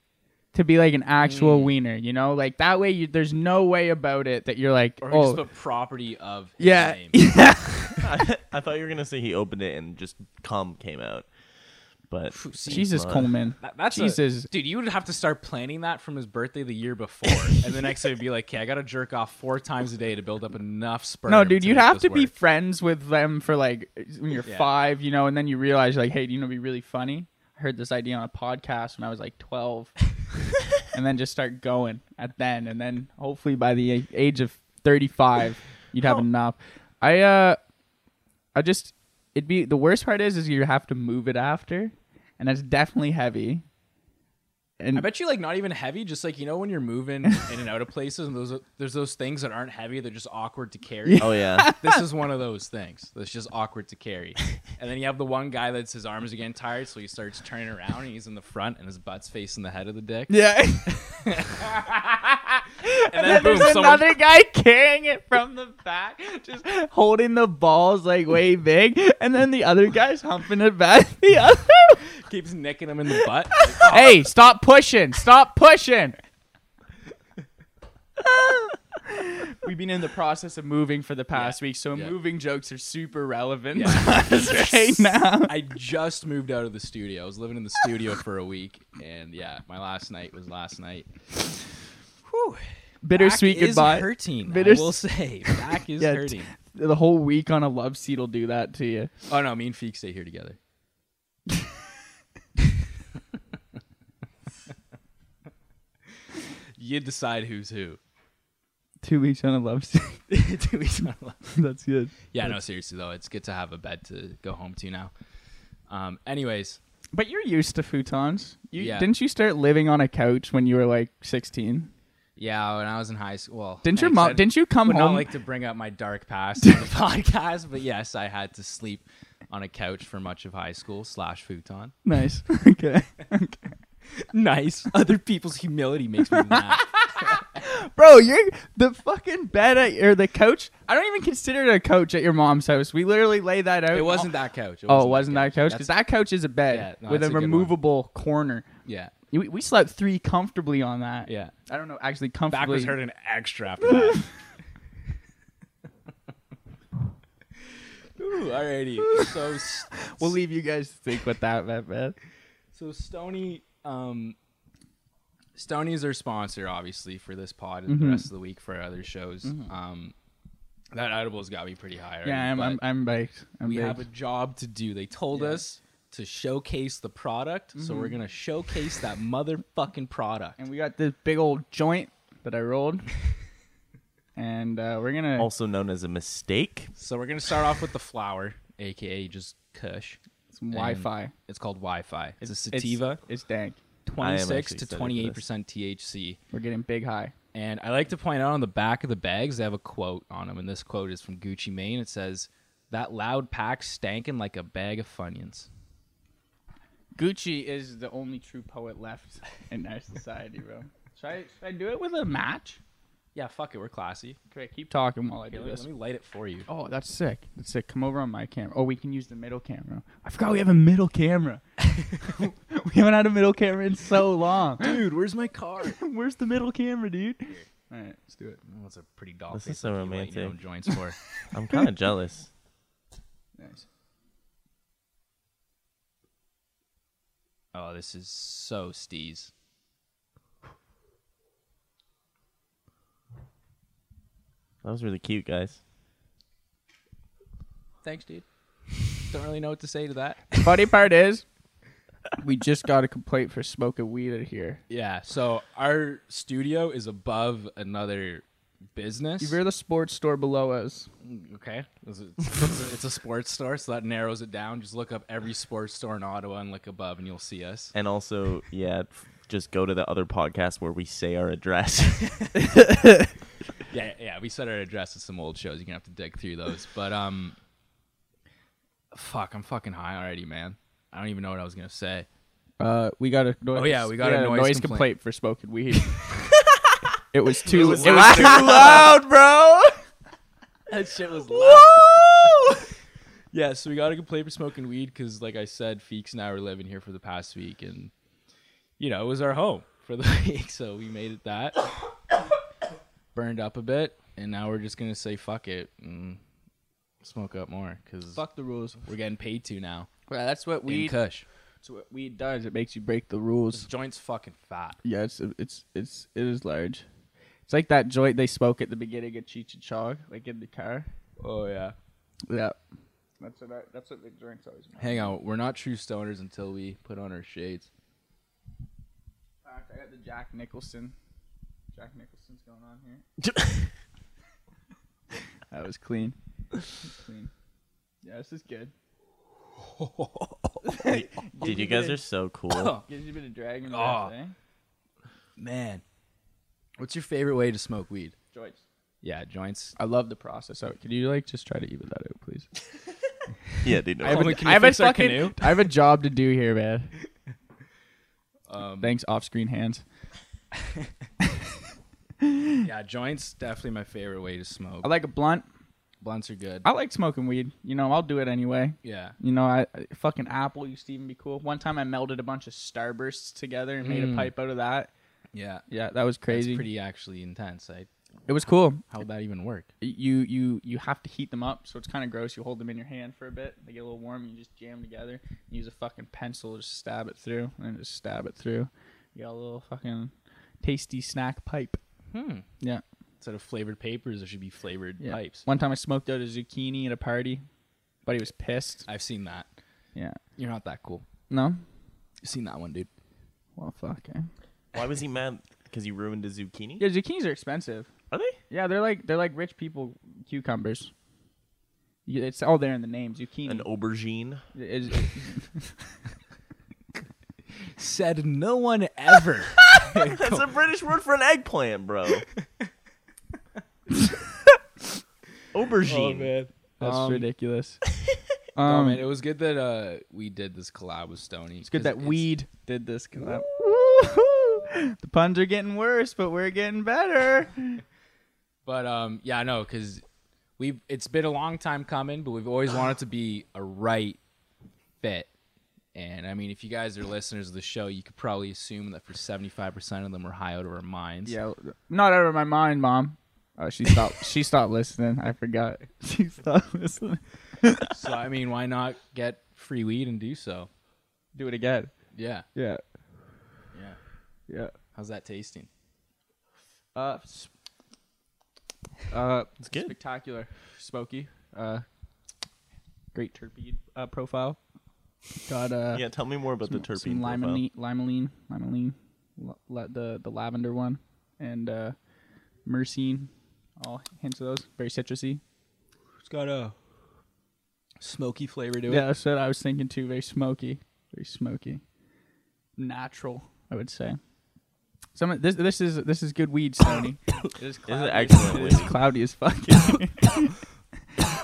S2: to be like an
S1: Mm.
S2: actual wiener. You know, like that way you there's no way about it that you're like
S1: Or
S2: oh
S1: just the property of his
S2: yeah
S1: [laughs] name.
S2: yeah.
S3: I, I thought you were gonna say he opened it and just cum came out,
S1: [laughs]
S3: but
S2: Jesus
S3: Come on.
S2: Coleman.
S1: That- that's a-
S2: Jesus.
S1: dude. You would have to start planning that from his birthday the year [laughs] before, and the next day would be like, "Okay, I got to jerk off four times a day to build up enough sperm."
S2: No, dude,
S1: to
S2: you'd
S1: make
S2: have
S1: this
S2: to be
S1: work."
S2: friends with them for like when you're
S1: Yeah.
S2: five, you know, and then you realize like, hey, do you know, what'd be really funny. I heard this idea on a podcast when I was like
S1: [laughs]
S2: twelve, and then just start going at then, and then hopefully by the a- age of thirty-five, you'd have enough. I uh, I just it'd be the worst part is is you have to move it after, and that's definitely heavy. And
S1: I bet you like not even heavy, just like you know when you're [laughs] moving in and out of places, and those there's those things that aren't heavy, they're just awkward to carry.
S3: Oh
S2: [laughs]
S3: yeah,
S1: this is one of those things that's just awkward to carry. And then you have the one guy that's his arms are getting tired, so he starts turning around and he's in the front and his butt's facing the head of the dick.
S2: [laughs] yeah,
S1: And
S2: And
S1: then boom,
S2: there's
S1: someone
S2: another guy [laughs] carrying it from the back, just holding the balls like way big, and then the other guy's humping it back. [laughs] The other.
S1: [laughs] keeps nicking him in the butt. Like, oh,
S2: Hey, stop pushing! Stop pushing! [laughs] We've been in the process of moving for the past week, so
S1: yeah.
S2: moving jokes are super relevant
S1: Yeah.
S2: to us [laughs] right now.
S1: I just moved out of the studio. I was living in the studio for a week, and yeah, my last night was last night.
S2: Bittersweet
S1: Back is
S2: goodbye.
S1: hurting.
S2: Bitters-
S1: I will say,
S2: [laughs]
S1: back is
S2: Yeah, t-
S1: hurting.
S2: The whole week on a love seat will do that to you.
S1: Oh no, me and Feek stay here
S2: [laughs]
S1: together. [laughs] you decide who's who.
S2: Two weeks on a love [laughs] seat.
S1: Two weeks on left.
S2: That's good.
S1: Yeah, no, seriously though, it's good to have a bed to go home to now. Um, anyways,
S2: But you're used to futons. You
S1: Yeah.
S2: didn't you start living on a couch when you were like 16?
S1: yeah, when I was in high school, well,
S2: Didn't your
S1: thanks,
S2: mom?
S1: I
S2: Didn't you come
S1: would not
S2: home?
S1: like to bring up my dark past on the podcast, but yes, I had to sleep on a couch for much of high school slash futon.
S2: [laughs]
S1: [laughs]
S2: nice. [laughs] okay.
S1: Nice. [laughs] Other people's humility makes me
S2: [laughs]
S1: mad.
S2: Bro, you're the fucking bed at or the couch. I don't even consider it a couch at your mom's house. We literally lay that out.
S1: It wasn't that couch.
S2: Oh, it wasn't that
S1: That's-
S2: couch because that couch is a bed
S1: Yeah, no,
S2: with a,
S1: that's a good one.
S2: removable corner.
S1: Yeah,
S2: We, we slept three comfortably on that.
S1: yeah.
S2: I don't know, actually comfortably.
S1: Back was hurting extra [laughs] after that. Ooh, alrighty.
S2: [laughs]
S1: So, s-
S2: We'll leave you guys to think with that, that bed.
S1: so Stony, um, Stony is our sponsor, obviously, for this pod and the rest of the week for our other shows. Um, that edible's got me pretty high. already,
S2: Yeah, I'm,
S1: but
S2: I'm, I'm baked. I'm
S1: we
S2: baked.
S1: have a job to do. They told us to showcase the product, so we're gonna showcase that motherfucking product.
S2: and we got this big old joint that I [laughs] rolled, and uh, we're gonna
S3: also known as a mistake.
S1: So we're gonna start off with the flower, aka just Kush.
S2: some Wi-Fi.
S1: It's called Wi-Fi. It's a
S2: It's-
S1: sativa.
S2: It's, dank.
S3: I am actually
S1: 26 to
S3: excited for
S1: 28 percent THC.
S2: We're getting big high.
S1: And I like to point out on the back of the bags they have a quote on them, and this quote is from Gucci Mane. It says, "That loud pack stankin' like a bag of funyuns."
S2: Gucci is the only true poet [laughs] left in our society, bro. Should I, should I do it with a match?
S1: Yeah, fuck it, we're classy.
S2: Okay, keep talking while I
S1: Here,
S2: do
S1: let,
S2: this.
S1: let me light it for you.
S2: Oh, that's sick. That's sick. Come over on my camera. Oh, we can use the middle camera. I forgot we have a middle [laughs] camera. we haven't had a middle camera in so long.
S1: Dude, where's my [laughs] car?
S2: [laughs] Where's the middle camera, dude? All right, let's do it.
S1: That's a pretty doll
S3: This
S1: face
S3: is so
S1: if you light your
S3: romantic.
S1: own joints
S3: [laughs]
S1: for.
S2: [laughs]
S3: I'm kind of jealous.
S2: Nice.
S1: Oh, this is so steez.
S3: That was really cute, guys.
S1: Thanks, dude. Don't really know what to say to that.
S2: Funny part is, we just got a complaint for smoking weed out here.
S1: Yeah. So our studio is above another business.
S2: You're the sports store below us.
S1: okay. It's a, [laughs] it's a- it's a sports store, so that narrows it down. Just look up every sports store in Ottawa and look above, and you'll see us.
S3: And also, yeah, f- just go to the other podcast where we say our address.
S1: [laughs]
S2: [laughs]
S1: Yeah, yeah, yeah. We set our address to some old shows. You're gonna have to dig through those. But um, fuck, I'm fucking high already, man. I don't even know what I was gonna say.
S2: Uh, we got a noise.
S1: Oh, yeah, we got a noise complaint.
S2: complaint for smoking
S1: [laughs]
S2: weed. it was too. It was,
S3: loud.
S2: too loud, bro.
S1: That shit was [laughs] yeah, so we got a complaint for smoking weed because, like I said, Feeks and I were living here for the past week, and you know it was our home for the [laughs] week, so we made it that. [coughs] Burned up a bit, and now we're just gonna say fuck it and smoke up more because
S2: Fuck the rules.
S1: we're getting paid to now.
S2: Yeah, that's what
S1: In
S2: weed.
S1: Kush,
S2: That's what weed does. It makes you break the rules.
S1: joints fucking fat.
S2: Yeah, it's it's it's it is large. It's like that joint they smoke at the beginning of Cheech and Chong, like in the car.
S1: Oh yeah.
S2: Yeah. That's what I, that's what the joints always make.
S1: Hang on, we're not true stoners until we put on our [laughs] shades.
S2: I got the Jack Nicholson. Jack Nicholson's going on here. That was clean. clean. Yeah, this is good.
S3: Dude, you guys are so cool.
S2: Gives you a bit of dragon
S1: Oh.
S2: breath, eh?
S1: Man, what's your favorite way to smoke weed?
S2: Joints.
S1: Yeah, joints.
S2: I love the process of it. Could you like just try to even that
S1: [laughs]
S2: out, please?
S3: yeah, dude. No.
S1: I have a- Can you fix our canoe?
S2: I have a job to do here, man.
S1: [laughs] Um,
S2: Thanks, off-screen hands.
S1: Yeah, joints definitely my favorite way to smoke.
S2: I like a blunt.
S1: Blunts are good.
S2: I like smoking weed. You know, I'll do it anyway.
S1: Yeah.
S2: You know, I I- fucking apple used to even be cool. One time, I melded a bunch of starbursts together and made a pipe out of that.
S1: Mm. Yeah.
S2: Yeah, that was crazy.
S1: It's pretty actually intense. I,
S2: it was cool.
S1: how would that even work?
S2: You you you have to heat them up, so it's kind of gross. You hold them in your hand for a bit. They get a little warm. You just jam together. You use a fucking pencil to stab it through, and just stab it through. You got a little fucking tasty snack pipe.
S1: Hmm.
S2: Yeah.
S1: Instead of flavored papers, there should be flavored
S2: Yeah.
S1: pipes.
S2: One time I smoked out a zucchini at a party, but he was pissed.
S1: I've seen that.
S2: Yeah.
S1: You're not that cool.
S2: No?
S1: You've seen that one, dude.
S2: Well, fuck. Eh?
S3: Why was he mad? Because he ruined a zucchini?
S2: Yeah, zucchinis are expensive.
S3: Are they?
S2: Yeah, they're like they're like rich people cucumbers. Yeah, It's all there in the name. Zucchini.
S3: An aubergine?
S2: It's-
S1: Said no one ever.
S3: [laughs] That's a British word for an eggplant, [laughs] bro.
S2: Oh,
S3: aubergine.
S2: that's
S1: Um,
S2: [laughs] ridiculous.
S1: Oh,
S2: um,
S1: man. It was good that uh, we did this collab with Stony.
S2: it's good that
S1: we
S2: weed did this. Cause I'm- Woo-hoo! the puns are getting worse, but we're getting [laughs] better.
S1: But um, yeah, no, because we it's been a long time coming, but we've always wanted to be a right fit. And I mean, if you guys are listeners of the show, you could probably assume that for seventy five percent of them are high out of our minds.
S2: yeah, not out of my mind, mom. Oh, she [laughs] stopped. she stopped listening. I forgot. [laughs] She stopped listening.
S1: So I mean, why not get free weed and do so?
S2: Do it again.
S1: Yeah,
S2: Yeah.
S1: yeah.
S2: Yeah.
S1: How's that tasting?
S2: Uh, s- uh, it's
S3: good.
S2: Spectacular, smoky. Uh, great terpene uh, profile. Got uh,
S3: Yeah, tell me more about the terpene.
S2: some
S3: profile.
S2: limonene, limonene, limonene, la- la- the the lavender one, and uh, myrcene. All hints of those very citrusy.
S1: It's got a smoky flavor to [laughs]
S2: Yeah, that's what I was thinking too. Very smoky, very smoky, natural. I would say. Some of- this this is this is good weed, Sony.
S3: [coughs]
S2: it is
S3: This is
S2: cloudy.
S3: excellent.
S2: It's
S3: weed.
S2: cloudy as fuck.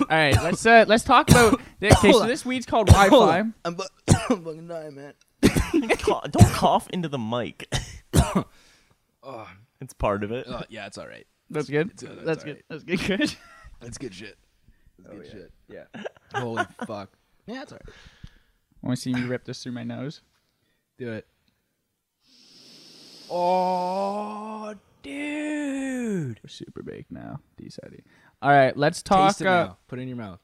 S2: [laughs] All right, let's uh, let's talk about. Okay, so this weed's called Wi-Fi.
S4: I'm,
S1: [coughs]
S4: bu- I'm fucking dying, man.
S2: [laughs]
S3: Co- Don't [laughs] cough into the mic. [laughs] it's part of it.
S1: Oh, yeah, it's all right.
S2: That's good.
S1: It's good, it's
S2: That's good. That's good. Good. [laughs]
S1: That's good shit. That's good shit.
S2: Oh, Yeah.
S1: Holy fuck! Yeah, it's all right.
S2: Want to see me rip this through my nose?
S1: Do it.
S4: Oh, dude.
S2: We're super baked now. Decided. All right, let's talk.
S1: Taste it
S2: uh,
S1: now. Put it in your mouth.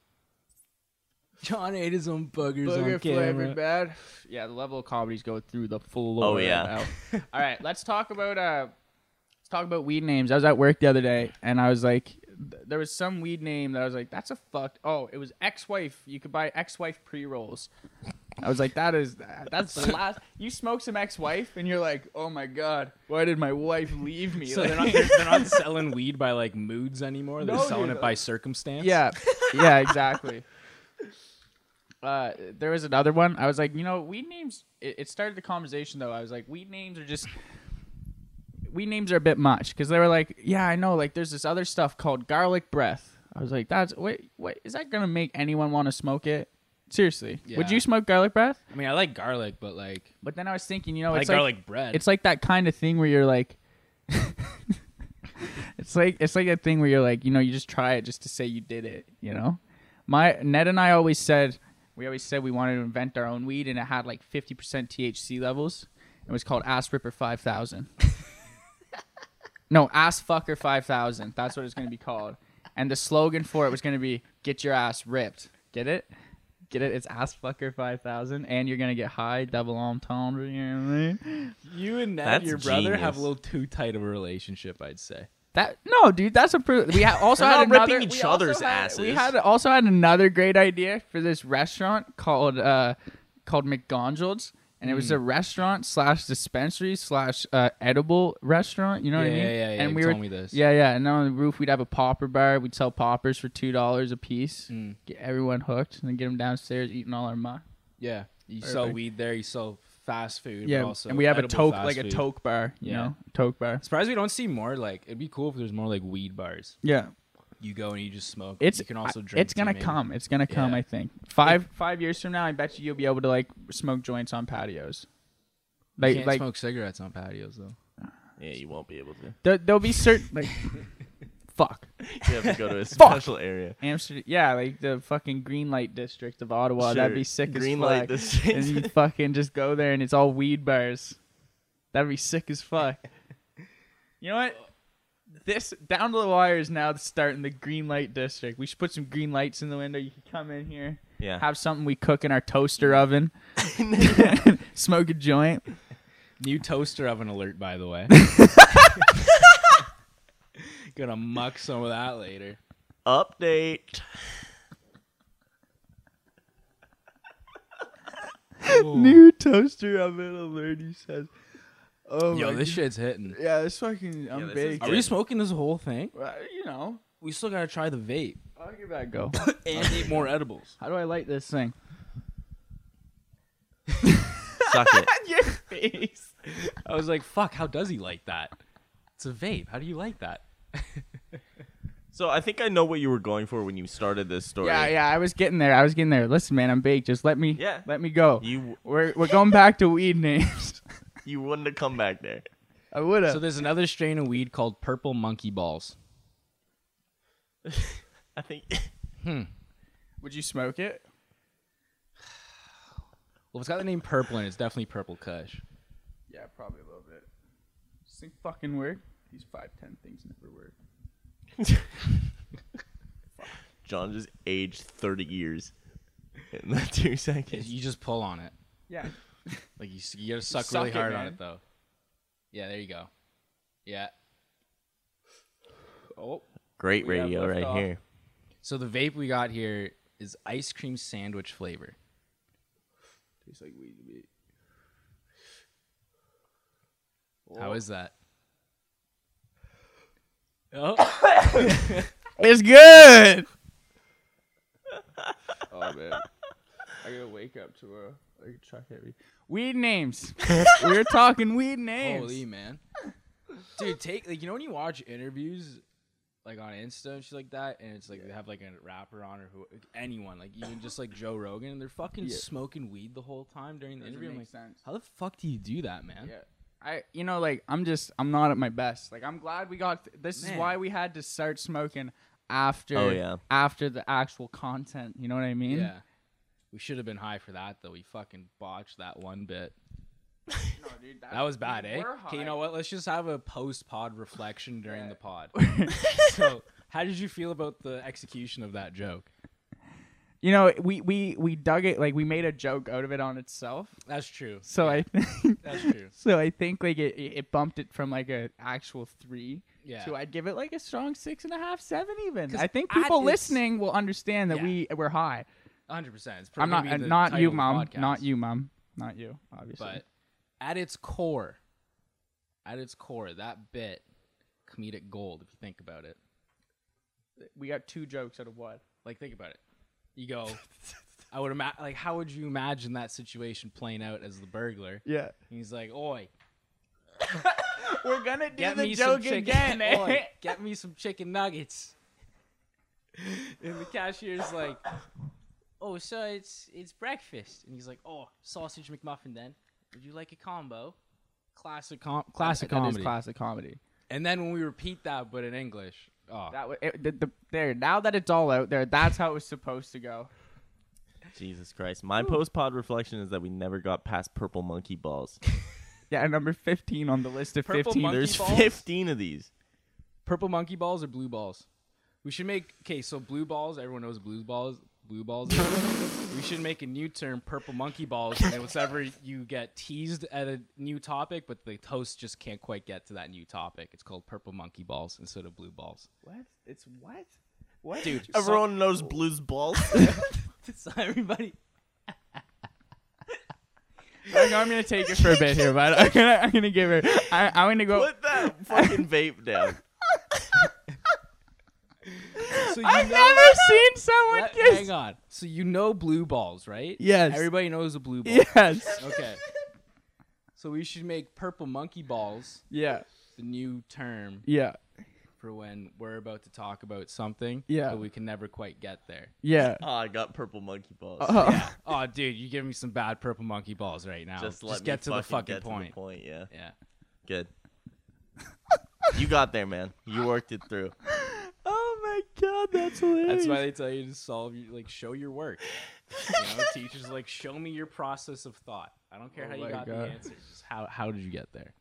S1: John ate his own boogers
S2: Booger
S1: on camera.
S2: flavored bad. Yeah, the level of comedies go through the floor.
S3: Oh, yeah.
S2: out. All right, let's talk about uh, let's talk about weed names. I was at work the other day, and I was like, th- there was some weed name that I was like, that's a fucked. Oh, it was ex-wife. You could buy ex-wife pre-rolls. I was like, that is that- that's the last. You smoke some ex-wife, and you're like, oh my god, why did my wife leave me?
S1: So
S2: Like-
S1: they're not they're, they're not selling weed by like moods anymore. They're
S2: No,
S1: selling
S2: dude.
S1: it by circumstance.
S2: Yeah.
S1: [laughs]
S2: Yeah, exactly. Uh, there was another one. I was like, you know, weed names. It, it started the conversation though. I was like, weed names are just. Weed names are a bit much because they were like, yeah, I know. Like, there's this other stuff called garlic breath. I was like, that's wait, wait, is that gonna make anyone want to smoke it? Seriously, would
S1: Yeah.
S2: you smoke garlic breath?
S1: I mean, I like garlic, but like
S2: But then I was thinking, you know,
S1: I
S2: it's
S1: like
S2: like,
S1: garlic bread.
S2: it's like that kind of thing where you're like [laughs] it's like it's like that thing where you're like you know you just try it just to say you did it you know my ned and i always said we always said we wanted to invent our own weed and it had like 50% thc levels it was called ass ripper 5000 no ass fucker 5000 that's what it's going to be called and the slogan for it was going to be get your ass ripped get it Get it? It's ass fucker five thousand, and you're gonna get high double entendre. You know what I mean?
S1: you and Ned,
S3: That's
S1: your brother, have
S3: genius.
S1: a little too tight of a relationship, I'd say.
S2: That no, dude. That's a pro- we ha- also
S3: We're
S2: had
S3: not ripping
S2: another,
S3: each
S2: we also
S3: other's
S2: had- We
S3: asses.
S2: had also had another great idea for this restaurant called uh called McDonald's, and it was
S1: Hmm.
S2: a restaurant slash dispensary slash uh, edible restaurant. You know what I
S1: Yeah,
S2: mean?
S1: yeah, yeah,
S2: And
S1: you
S2: we
S1: told
S2: were
S1: me this.
S2: yeah, yeah. And then on the roof, we'd have a popper bar. We'd sell poppers for two dollars a piece.
S1: Hmm.
S2: Get everyone hooked, and then get them downstairs eating all our money.
S1: Yeah, you sell
S2: Perfect.
S1: weed there. You sell fast food.
S2: Yeah,
S1: but also
S2: and we have a
S1: edible
S2: toke
S1: fast
S2: like a
S1: food.
S2: toke bar. You
S1: Yeah.
S2: know, toke bar.
S1: Surprised we don't see more. Like it'd be cool if there's more like weed bars.
S2: Yeah,
S1: You go and you just smoke.
S2: it's
S1: you can also
S2: I-
S1: drink.
S2: It's gonna
S1: too, maybe.
S2: come. It's gonna come.
S1: Yeah.
S2: I think five five years from now, I bet you you'll be able to like smoke joints on patios.
S1: You
S2: Like
S1: can't
S2: like
S1: smoke cigarettes on patios though.
S3: Yeah, you won't be able to.
S2: there, there'll
S1: [laughs]
S2: be certain like fuck
S3: You have to go to a special area.
S2: Amsterdam. Yeah, like the fucking green light district of Ottawa.
S3: Sure.
S2: That'd be sick. as
S3: Green light
S2: fuck.
S1: [laughs]
S3: district.
S2: and you fucking just go there and it's all weed bars. That'd be sick as
S1: [laughs]
S2: fuck. You know what? This down to the wire is now starting the green light district. We should put some green lights in the window. You can come in here.
S3: [laughs] Yeah.
S2: have something we cook in our toaster oven, [laughs] smoke a joint.
S1: New toaster oven alert, by the
S2: [laughs]
S1: way. [laughs] Gonna muck some of that later.
S3: Update.
S2: New toaster oven alert, he says. Oh
S1: Yo,
S2: my
S1: this shit's hitting.
S2: God. yeah, this fucking I'm
S3: this is
S2: big.
S1: Are we smoking this whole thing?
S2: Uh, you know,
S1: We still gotta try the vape
S2: I'll give that a
S3: [laughs]
S2: go.
S1: [laughs] and eat more edibles.
S2: How do I light this thing?
S3: Suck it.
S2: [laughs] Your face.
S1: I was like, fuck, how does he like that? It's a vape. How do you like that?
S3: [laughs] So I think I know what you were going for when you started this story.
S2: Yeah, yeah, I was getting there. I was getting there. Listen, man, I'm big. Just let me.
S3: Yeah.
S2: Let me go.
S3: You
S2: we're we're going back to weed names. [laughs]
S3: you wouldn't have come back there.
S2: I would
S1: So
S2: have.
S1: there's another strain of weed called purple monkey balls.
S3: I think [laughs]
S2: Would you smoke it?
S1: Well, if it's got the name purple in it, it's definitely purple kush.
S2: Yeah, probably a little bit. This thing fucking work. These five ten things never work.
S3: John just aged thirty years in the [laughs] two seconds.
S1: You just pull on it.
S2: Yeah.
S1: Like you, s- you gotta suck,
S2: Suck
S1: really
S2: it,
S1: hard on
S2: man.
S1: it though. Yeah, there you go. Yeah.
S2: Oh.
S3: Great
S2: We have
S3: radio right
S2: liftoff.
S3: here.
S1: So the vape we got here is ice cream sandwich flavor.
S2: Tastes like weed to me.
S1: How is that? Oh,
S2: It's good. oh man, I gotta wake up tomorrow. Like a truck heavy. Weed [laughs] names. we were talking weed names.
S1: holy man, [laughs] dude! Take like you know when you watch interviews like on Insta and shit like that, and it's like they have like a rapper on or who anyone like even just like Joe Rogan, and they're fucking
S2: Yeah.
S1: smoking weed the whole time during the
S2: Doesn't
S1: interview. I'm
S2: make
S1: like,
S2: sense.
S1: how the fuck do you do that, man?
S2: Yeah. I, you know, like I'm just, I'm not at my best. Like I'm glad we got. this is
S1: Man.
S2: why we had to start smoking after.
S3: Oh, yeah.
S2: After the actual content, you know what I mean?
S1: Yeah. We should have been high for that though. We fucking botched that one bit.
S2: No, dude,
S1: That was bad, eh? Okay, you know what? Let's just have a post pod reflection during the [laughs] pod. so, how did you feel about the execution of that joke?
S2: You know, we we we dug it like we made a joke out of it on itself.
S1: That's true.
S2: So I think
S1: That's true.
S2: so I think like it it it bumped it from like a actual three.
S1: Yeah.
S2: So I'd give it like a strong six and a half, seven even.
S1: 'Cause
S2: I think
S1: at
S2: people
S1: its-
S2: listening will understand that
S1: Yeah.
S2: we we're high.
S1: 100. percent
S2: I'm not uh, not you, mom. Not you, mom. Not you, obviously.
S1: But at its core, at its core, that bit comedic gold. If you think about it,
S2: we got two jokes out of what?
S1: like think about it, you
S2: [laughs]
S1: go. I would imagine, like, how would you imagine that situation playing out as the burglar?
S2: Yeah.
S1: He's like, "Oi,
S2: [laughs] We're gonna do
S1: get
S2: the
S1: me some
S2: joke
S1: chicken.
S2: again. eh?
S1: [laughs]
S2: [laughs]
S1: Oi, get me some chicken nuggets." [laughs] And the cashier's like, "Oh, so it's it's breakfast." And he's like, "Oh, sausage McMuffin. Then would you like a combo?" Classic, com- classic
S2: That is
S1: comedy.
S2: classic comedy.
S1: And then when we repeat that, but in English, oh,
S2: That was it, the, the, there. Now that it's all out there, that's how it was supposed to go.
S3: Jesus Christ. My post pod reflection is that we never got past purple monkey balls.
S2: Yeah, number fifteen on the list of
S1: Purple
S2: fifteen.
S1: Monkey
S3: [laughs] There's
S1: balls?
S3: 15 of these.
S1: purple monkey balls or blue balls? We should make okay. So blue balls, everyone knows blue balls. Blue balls. is- we should make a new term, purple monkey balls, and whenever you get teased at a new topic, but the host just can't quite get to that new topic, it's called purple monkey balls instead of blue balls.
S2: What? It's what? What?
S1: Dude,
S3: Everyone knows blues balls.
S1: so everybody,
S2: I'm, I'm gonna take it for a bit here, but I'm gonna, I'm gonna give her. I, I'm gonna go.
S3: [laughs]
S2: [laughs]
S3: Put that fucking vape down.
S1: so you
S2: I've
S1: know-
S2: never seen someone
S1: Let-
S2: kiss.
S1: hang on. So you know blue balls, right?
S2: Yes.
S1: Everybody knows a blue ball.
S2: Yes.
S1: Okay. So we should make purple monkey balls
S2: Yeah.
S1: the new term
S2: Yeah.
S1: for when we're about to talk about something
S2: Yeah.
S1: but we can never quite get there.
S2: Yeah.
S3: Oh, I got purple monkey balls.
S2: Oh.
S1: Oh dude, you give me some bad purple monkey balls right now.
S3: Just
S1: Just,
S3: let me
S1: get to the fucking
S3: get to the
S1: point.
S3: point. Yeah,
S1: Yeah.
S3: good. [laughs] you got there, man. You worked it through.
S2: [laughs] Oh my god, that's hilarious.
S1: That's why they tell you to solve your like show your
S3: [laughs]
S1: work. You know, teachers like show me your process of thought. I don't care how you
S2: Oh my
S1: got
S2: God.
S1: the answer. Just how how did you get there?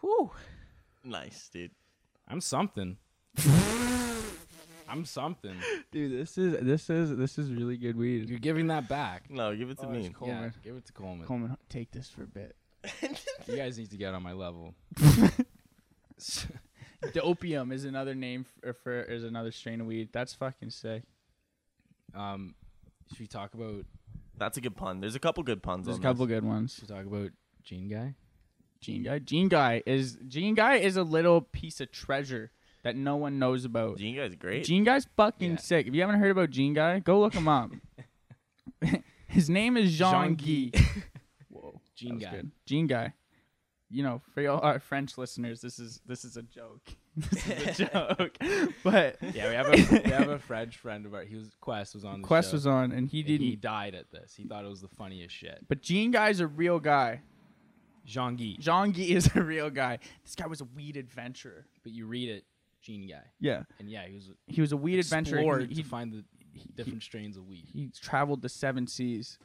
S1: Whew.
S3: Nice, dude.
S1: I'm something. I'm something.
S2: dude, this is this is this is really good weed.
S1: You're giving that back.
S3: No, give it
S2: Oh,
S3: to me.
S1: Yeah,
S2: Coleman.
S1: give it to Coleman.
S2: Coleman, take this for a bit.
S1: You guys need to get on my level.
S2: The opium is another name for, for is another strain of weed. That's fucking sick.
S1: Um, should we talk about
S3: That's a good pun. There's a couple good puns.
S2: There's a
S3: on
S2: couple good ones.
S1: should we talk about Gene Guy?
S2: Gene guy. Gene guy is Gene guy is a little piece of treasure that no one knows about.
S3: This. Gene guy's great.
S2: Gene guy's fucking
S1: Yeah.
S2: sick. If you haven't heard about Gene guy, go look him [laughs] up. His name is Jean Guy. [laughs] Whoa,
S1: Gene Guy.
S2: Gene guy. You know, for all our French listeners, this is this is a joke. [laughs] This is a joke. But
S1: Yeah, we have a we
S2: [laughs]
S1: have a French friend of ours. He was Quest was on the
S2: Quest
S1: show,
S2: was on, and he
S1: and
S2: didn't.
S1: he died at this. He thought it was the funniest shit.
S2: but Gene guy's a real guy.
S1: Jean Guy,
S2: Jean Guy [laughs] is a real guy. This guy was a weed adventurer.
S1: but you read it, Gene Guy,
S2: Yeah,
S1: and yeah, he was an
S2: he was a weed adventurer.
S1: explorer
S2: He-
S1: to
S2: he
S1: find the different strains of weed.
S2: he traveled the seven seas,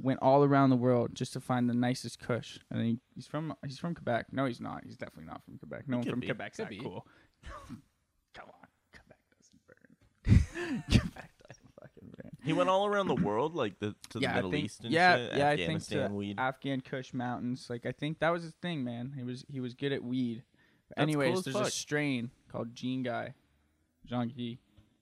S2: went all around the world just to find the nicest Kush. And he, he's from he's from Quebec. No, he's not. He's definitely not from Quebec. No one
S3: could
S2: from
S3: be.
S2: Quebec's
S1: Could
S2: that
S1: be.
S2: cool. [laughs] Come on, Quebec doesn't burn.
S3: [laughs]
S2: Quebec doesn't fucking burn.
S3: He went all around the world, like the to the
S2: yeah,
S3: Middle
S2: I think,
S3: East and
S2: yeah,
S3: shit.
S2: yeah, I think
S3: Afghanistan
S2: so.
S3: weed.
S2: Afghan Kush mountains. Like I think that was his thing, man. He was he was good at weed. But
S3: That's
S2: anyways,
S3: cool as
S2: there's a
S3: fuck.
S2: strain called Gene Guy, Jean Guy,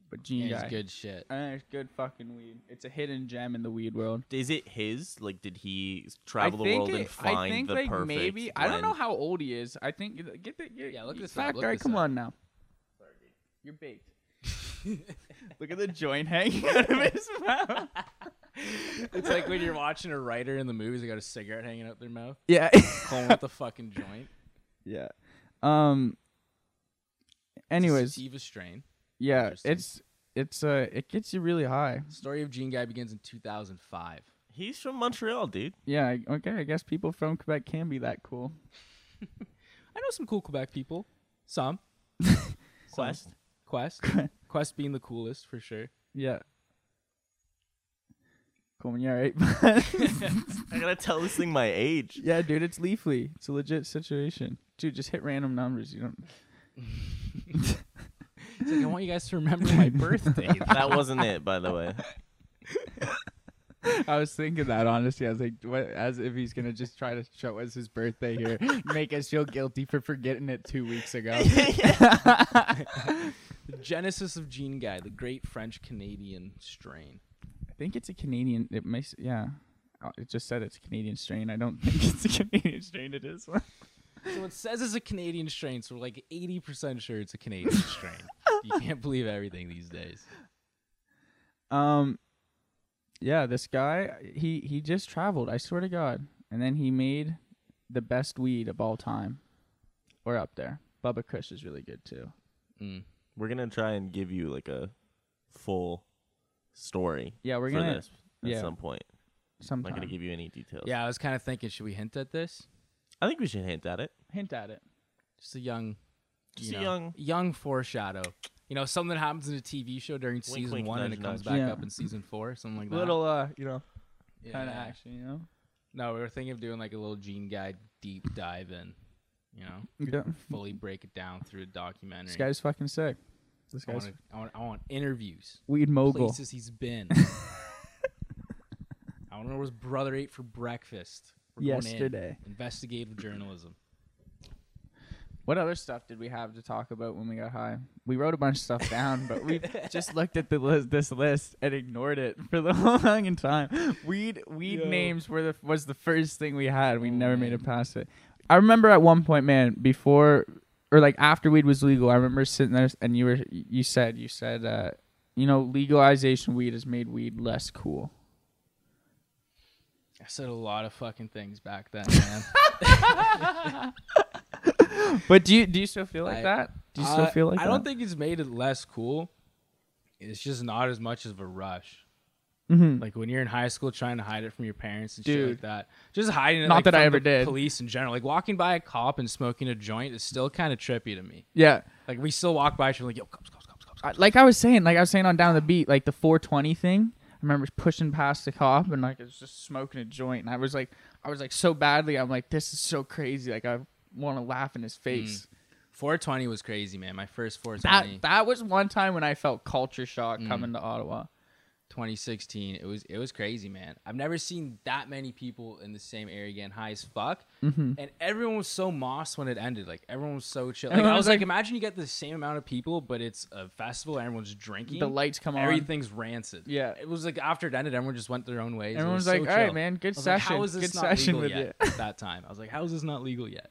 S2: but Gene
S1: Yeah,
S2: Guy.
S1: it's good shit.
S2: And it's good fucking weed. It's a hidden gem in the weed world.
S3: Is it his? Like, did he s- travel the world and
S2: it-
S3: find
S2: I think
S3: the
S2: like
S3: perfect?
S2: maybe I don't know
S3: blend?
S2: how old he is. I think get the get,
S1: Yeah, look this up,
S2: fact
S1: look
S2: guy.
S1: this
S2: Come
S1: up.
S2: on now. You're baked. [laughs] look at the joint hanging out of his mouth.
S1: It's like when you're watching a writer in the movies, they got a cigarette hanging out their mouth.
S2: Yeah.
S1: Coleman with the fucking joint.
S2: [laughs] yeah. Um. Anyways,
S1: Steve strain.
S2: yeah,
S1: interesting.
S2: it's it's uh it gets you really high.
S1: Story of Gene Guy begins in 2005.
S3: He's from Montreal, dude.
S2: Yeah. I- Okay. I guess people from Quebec can be that cool.
S1: I know some cool Quebec people. Some.
S3: Quest.
S2: [laughs]
S1: Quest. Quest being the coolest for sure.
S2: Yeah. Cool. Yeah. Right. [laughs]
S3: [laughs] I gotta tell this thing my age.
S2: Yeah, dude, it's Leafly. It's a legit situation. Dude, just hit random numbers. You don't.
S1: It's like I want you guys to remember
S2: [laughs]
S1: my birthday.
S3: That wasn't it, by the way.
S2: [laughs] I was thinking that honestly. I was like, what, as if he's gonna just try to show us his birthday
S3: [laughs]
S2: here, make us feel guilty for forgetting it two weeks ago.
S1: the genesis of Gene Guy, the great French Canadian strain.
S2: I think it's a Canadian. It makes yeah. Oh, It just said it's a Canadian strain. I don't [laughs] think it's a Canadian strain. It is. [laughs]
S1: So it says it's a Canadian strain, so we're like 80% sure it's a
S2: [laughs]
S1: Canadian strain. You can't believe everything these days.
S2: Um, yeah, this guy he he just traveled. I swear to God, and then he made the best weed of all time, or up there. Bubba Kush is really good too.
S1: Mm.
S3: We're gonna try and give you like a full story.
S2: Yeah, we're
S3: for
S2: gonna
S3: this at
S2: yeah.
S3: some point. I'm
S2: sometime
S3: not gonna give you any details.
S1: Yeah, I was kind of thinking, should we hint at this?
S3: I think we should hint at it.
S2: hint at it.
S1: Just a young,
S3: Just
S1: you
S3: a
S1: know,
S3: young-
S1: young foreshadow. You know, something happens in a TV show during season
S3: wink,
S1: one, and
S3: nudge,
S1: it comes
S2: nudge.
S1: back
S2: Yeah.
S1: up in season four, something like that.
S2: Little uh, you know,
S1: Yeah.
S2: kind of action, you know.
S1: No, we were thinking of doing like a little Gene Guy deep dive in. You know,
S2: Yeah,
S1: fully break it down through a documentary.
S2: this guy's fucking sick. This
S1: I,
S2: guy's
S1: want I, want, I want interviews.
S2: weed mogul.
S1: places he's
S2: [laughs]
S1: been. I want to know what his brother ate for breakfast. We're going in.
S2: Yesterday.
S1: Investigative journalism.
S2: What other stuff did we have to talk about when we got high? We wrote a bunch of stuff down, but we just looked at the list, this list and ignored it for the [laughs] whole fucking time. Weed weed
S1: Yo.
S2: names were the was the first thing we had. We
S1: Oh,
S2: never made
S1: man.
S2: it past it. I remember at one point, man, before or like after weed was legal, I remember sitting there and you were you said you said uh, you know legalization of weed has made weed less cool.
S1: I said a lot of fucking things back
S2: [laughs]
S1: then, man.
S2: But do you do you still feel like
S1: I-
S2: that? Do you still
S1: Uh,
S2: feel like
S1: I don't
S2: that?
S1: think it's made it less cool. It's just not as much of a rush.
S2: Mhm.
S1: Like when you're in high school trying to hide it from your parents and shit
S2: Dude.
S1: like that. Just hiding it
S2: Not
S1: like,
S2: that I
S1: from
S2: ever
S1: the
S2: did.
S1: police in general. Like walking by a cop and smoking a joint is still kind of trippy to me.
S2: yeah.
S1: Like we still walk by each other like, yo, cops, cops, cops, cops.
S2: I- like I was saying, like I was saying on down the beat, like the 420 thing. I remember pushing past the cop and like I was just smoking a joint, and I was like, I was like so badly, I'm like, this is so crazy. Like I want to laugh in his face.
S1: 420 was crazy, man. My first 420.
S2: That that was one time when I felt culture shock coming to Ottawa.
S1: 2016. It was it was crazy, man. I've never seen that many people in the same area again, high as fuck.
S2: Mm-hmm.
S1: And everyone was so moss when it ended. Like everyone was so chill. Like
S2: Everyone
S1: I
S2: was
S1: was like,
S2: like-
S1: imagine you get the same amount of people, but it's a festival. and Everyone's drinking.
S2: The lights come on.
S1: Everything's rancid.
S2: Yeah.
S1: It was like after it ended, everyone just went their own ways. It was
S2: Everyone's
S1: so
S2: like, all right,
S1: chill.
S2: man, good
S1: I was like,
S2: session,
S1: how is this
S2: good
S1: not legal
S2: session with
S1: yet? [laughs]
S2: you.
S1: At that time, I was like, how is this not legal yet?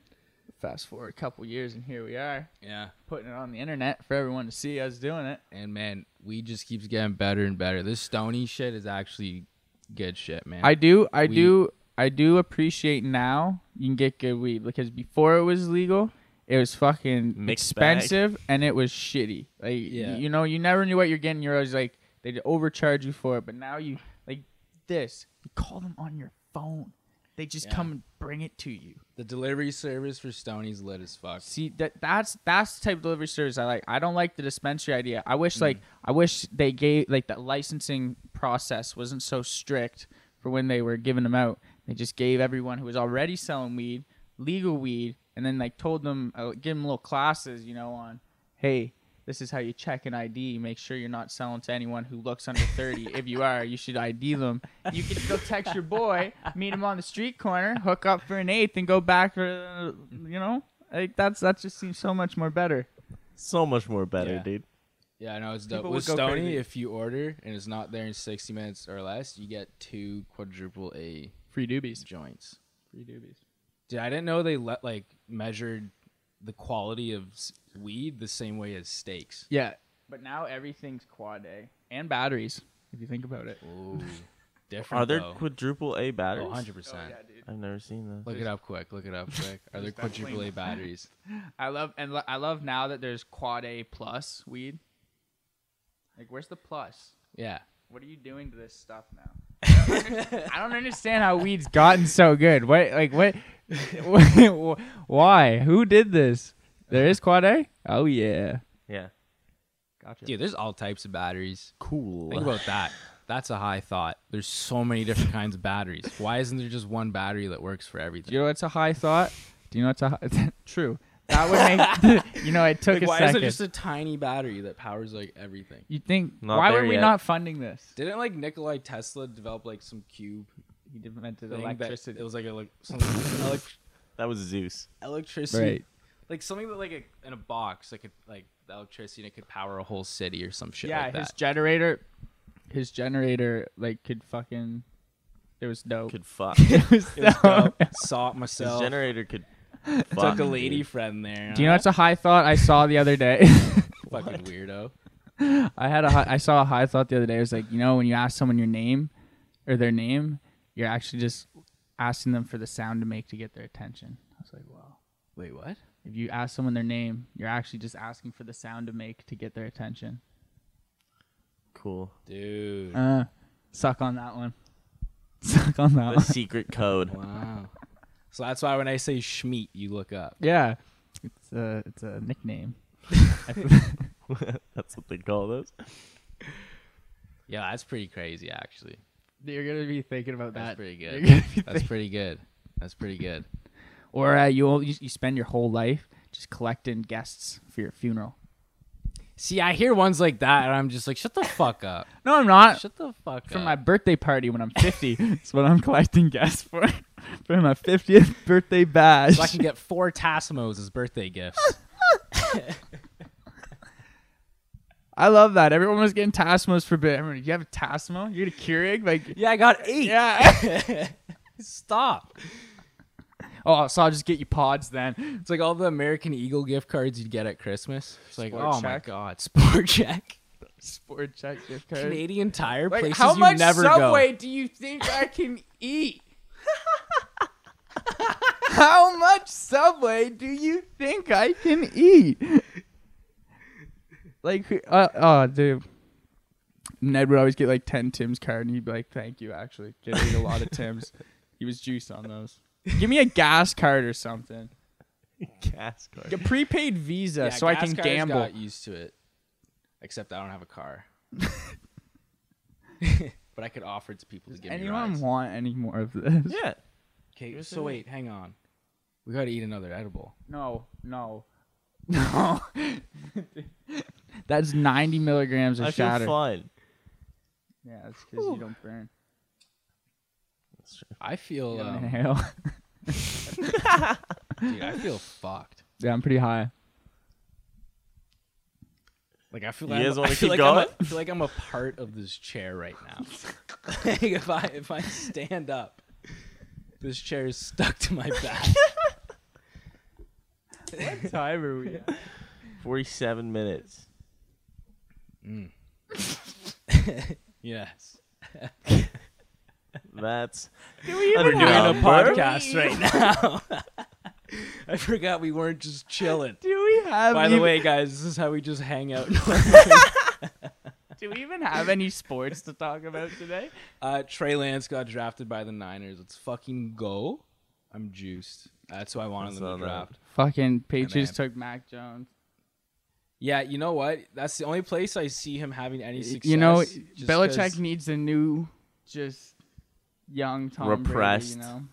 S2: Fast forward a couple years, and here we are
S1: Yeah.
S2: putting it on the internet for everyone to see us doing it.
S1: And man, we just keeps getting better and better. This stony shit is actually good shit, man.
S2: I do, I
S1: We-
S2: do, I do appreciate now you can get good weed because before it was legal, it was fucking
S3: Mixed bag.
S2: expensive and it was shitty. Like
S1: Yeah.
S2: you know, you never knew what you're getting. You're always like they overcharge you for it, but now you like this. You call them on your phone. They just
S1: Yeah.
S2: come and bring it to you.
S1: The delivery service for Stony's lit as fuck.
S2: See that that's that's the type of delivery service I like. I don't like the dispensary idea. I wish like I wish they gave like that licensing process wasn't so strict for when they were giving them out. They just gave everyone who was already selling weed legal weed, and then like told them uh, give them little classes, you know, on hey. This is how you check an ID. Make sure you're not selling to anyone who looks under [laughs] 30. if you are, you should ID them. You could go text your boy, meet him on the street corner, hook up for an eighth, and go back for, uh, you know, like that's that just seems so much more better.
S3: So much more better,
S1: Yeah.
S3: dude.
S1: Yeah, I know it's dope.
S2: People
S1: With
S2: would go
S1: Stony,
S2: crazy.
S1: if you order and it's not there in 60 minutes or less, you get two quadruple A
S2: Free doobies.
S1: joints.
S2: Free doobies.
S1: Dude, I didn't know they let like measured the quality of s- weed the same way as steaks.
S2: Yeah. But now everything's quad A and batteries. If you think about it.
S1: Ooh, [laughs] different.
S3: Are there
S1: though.
S3: quadruple A
S1: Oh,
S3: batteries?
S1: 100%.
S2: dude.
S3: I've never seen that.
S1: Look it up quick. Look it up quick. Are there
S2: There's definitely
S1: quadruple A
S2: not.
S1: batteries?
S2: I love and lo- I love now that there's quad A plus weed. Like, where's the plus?
S1: Yeah.
S2: What are you doing to this stuff now?
S1: [laughs]
S2: I don't under- I don't understand how weed's gotten so good. What, like, what, what, [laughs] why? Who did this? There is quad A. Oh yeah,
S3: Yeah.
S2: gotcha.
S1: Dude, there's all types of batteries.
S3: Cool.
S1: Think about that. That's a high thought. There's so many different kinds of batteries. Why isn't there just one battery that works for
S2: Do
S1: everything?
S2: you know what's a high thought? Do you know what's a high? [laughs] true? That
S1: [laughs]
S2: would make [laughs] you know it took
S1: Like,
S2: a
S1: why
S2: second.
S1: is it just a tiny battery that powers like everything?
S2: you think
S3: Not
S2: why
S3: there
S2: were we
S3: yet.
S2: not funding this?
S1: Didn't like Nikolai Tesla develop like some cube
S2: He
S1: thing
S2: invented
S1: that
S2: electricity.
S1: it was like a, like something [laughs] elec-
S3: That was Zeus.
S1: electricity,
S2: Right.
S1: like something that like a, in a box like could like the electricity and it could power a whole city or some shit
S2: Yeah,
S1: like
S2: his
S1: that.
S2: generator his generator like could fucking it was dope.
S1: [laughs]
S3: Could fuck.
S2: [laughs] [laughs] it was
S1: It was [laughs]
S2: dope.
S1: dope. Saw it
S3: His
S1: myself.
S3: generator could.
S1: [laughs] Took
S3: Fuck,
S1: a lady
S3: dude.
S1: friend there.
S2: Do you know it's a high thought I saw the other day? [laughs]
S1: fucking weirdo?
S2: I had a high, I saw a high thought the other day. It was like, you know, when you ask someone your name or their name, you're actually just asking them for the sound to make to get their attention. I was like, wow.
S1: Wait, what?
S2: If you ask someone their name, you're actually just asking for the sound to make to get their attention.
S1: [laughs]
S3: Cool.
S1: Dude.
S2: Uh, suck on that one. [laughs] Suck on that
S3: The
S2: one.
S3: secret code.
S1: Wow. So that's why when I say Schmeat, you look up.
S2: [laughs] Yeah. It's a, it's a nickname.
S3: [laughs] That's what they call those.
S1: Yeah, that's pretty crazy, actually.
S2: You're going to be thinking about
S1: That's
S2: that.
S1: pretty [laughs]
S2: You're
S1: good.
S2: gonna be
S1: That's
S2: thinking-
S1: pretty good. That's pretty good.
S2: [laughs] Or uh, you, all- you you spend your whole life just collecting guests for your funeral.
S1: See, I hear ones like that, and I'm just like, shut the fuck up.
S2: No, I'm
S1: [laughs]
S2: not.
S1: Shut the fuck
S2: for
S1: up.
S2: my birthday party when I'm [laughs] 50. That's what I'm collecting guests for. [laughs] For my 50th birthday bash.
S1: so I can get four Tasmos as birthday gifts. [laughs]
S2: I love that. Everyone was getting Tasmos for bit. Everyone, you have a Tasmo? You get a Keurig? Like, [laughs]
S1: yeah, I got eight.
S2: yeah.
S1: [laughs] Stop.
S2: [laughs] oh, so I'll just get you pods then.
S1: It's like all the American Eagle gift cards you'd get at Christmas. It's like,
S2: Sport
S1: oh my
S2: check.
S1: god, [laughs] sport check.
S2: Sport check gift card.
S1: Canadian Tire
S2: Like,
S1: places
S2: how
S1: you
S2: much
S1: never
S2: Subway
S1: go.
S2: do you think I can eat? how much Subway do you think I can eat? Like, who- uh, oh, dude. Ned would always get like 10 Tim's card and he'd be like, thank you, actually. Getting a lot of Tim's. He was juiced on those. Give me a gas card or something.
S3: Gas card.
S2: A prepaid Visa
S1: Yeah,
S2: so I
S1: gas
S2: can
S1: cards
S2: gamble.
S1: Got used to it, except I don't have a
S2: [laughs]
S1: car. [laughs] but I could offer it to people to give me
S2: Anyone
S1: rides.
S2: want any more of this?
S3: Yeah.
S1: Okay, so wait, hang on. We gotta eat another edible.
S2: No, no, no. [laughs] That's 90 milligrams of
S3: I feel
S2: shatter.
S3: fine.
S2: Yeah, that's because you don't burn.
S1: I feel,
S2: You don't
S1: um,
S2: inhale. [laughs]
S1: dude, I feel fucked.
S2: yeah, I'm pretty high.
S1: Like I feel.
S3: You
S1: like
S3: guys
S1: I'm-
S3: wanna
S1: I feel like
S3: keep
S1: I'm a- [laughs]
S3: going?
S1: I feel like I'm a part of this chair right
S2: [laughs]
S1: now. like if I if I stand up, this chair is stuck to my
S2: [laughs]
S1: back.
S2: Time are [laughs] we?
S3: 47 minutes.
S1: yes.
S3: That's.
S1: We're doing a
S2: [laughs]
S3: number.
S1: podcast right now. [laughs] I forgot we weren't just chilling.
S2: Do we have?
S1: By the
S2: ev-
S1: way, guys, this is how we just hang out. [laughs]
S2: do we even have any sports to talk about today?
S1: uh, Trey Lance got drafted by the Niners. Let's fucking go. I'm juiced. That's who I wanted
S3: I
S1: them
S3: saw
S1: to
S3: that.
S1: draft.
S2: Fucking Patriots
S1: man.
S2: took Mac Jones.
S1: Yeah, you know what? That's the only place I see him having any success.
S2: you know,
S1: just
S2: Belichick
S1: 'cause-
S2: needs a new, just young Tom Brady,
S3: Repressed.
S2: you know,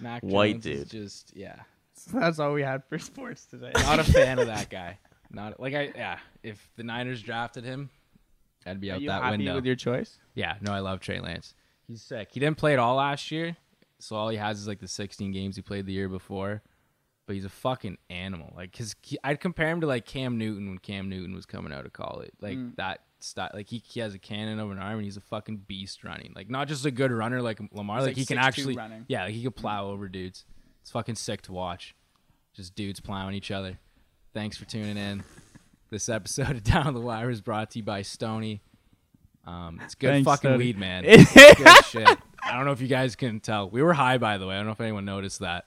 S1: Mac
S3: White
S1: Jones is
S3: dude.
S1: Just yeah,
S2: So that's all we had for sports
S1: [laughs]
S2: today.
S1: not a fan of that guy. Not like I yeah. If the Niners drafted him, I'd be
S2: Are
S1: out
S2: you
S1: that
S2: happy
S1: window.
S2: with your choice?
S1: yeah, no, I love Trey Lance. He's sick. He didn't play at all last year, so all he has is like the 16 games he played the year before. But he's a fucking animal. Like his, he, I'd compare him to like Cam Newton when Cam Newton was coming out of college. Like
S2: Mm.
S1: that style. Like he, he has a cannon of an arm, and he's a fucking beast running. Like not just a good runner like Lamar.
S2: He's,
S1: Like,
S2: like,
S1: he can
S2: 6'2"
S1: actually,
S2: running. Mm.
S1: yeah, like he could plow over dudes. It's fucking sick to watch. Just dudes plowing each other. Thanks for tuning in. This episode of Down on the Wire is brought to you by Stony. Um, it's good
S2: Thanks,
S1: fucking
S2: Stony.
S1: weed, man. It's good shit. I don't know if you guys can tell. We were high, by the way. I don't know if anyone noticed that.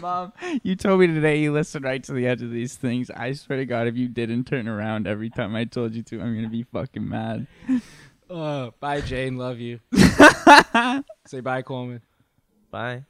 S2: Mom, you told me today you listened right to the edge of these things. I swear to God, if you didn't turn around every time I told you to, I'm gonna be fucking mad.
S1: Uh, bye, Jane. Love you. Say bye, Coleman.
S3: Bye.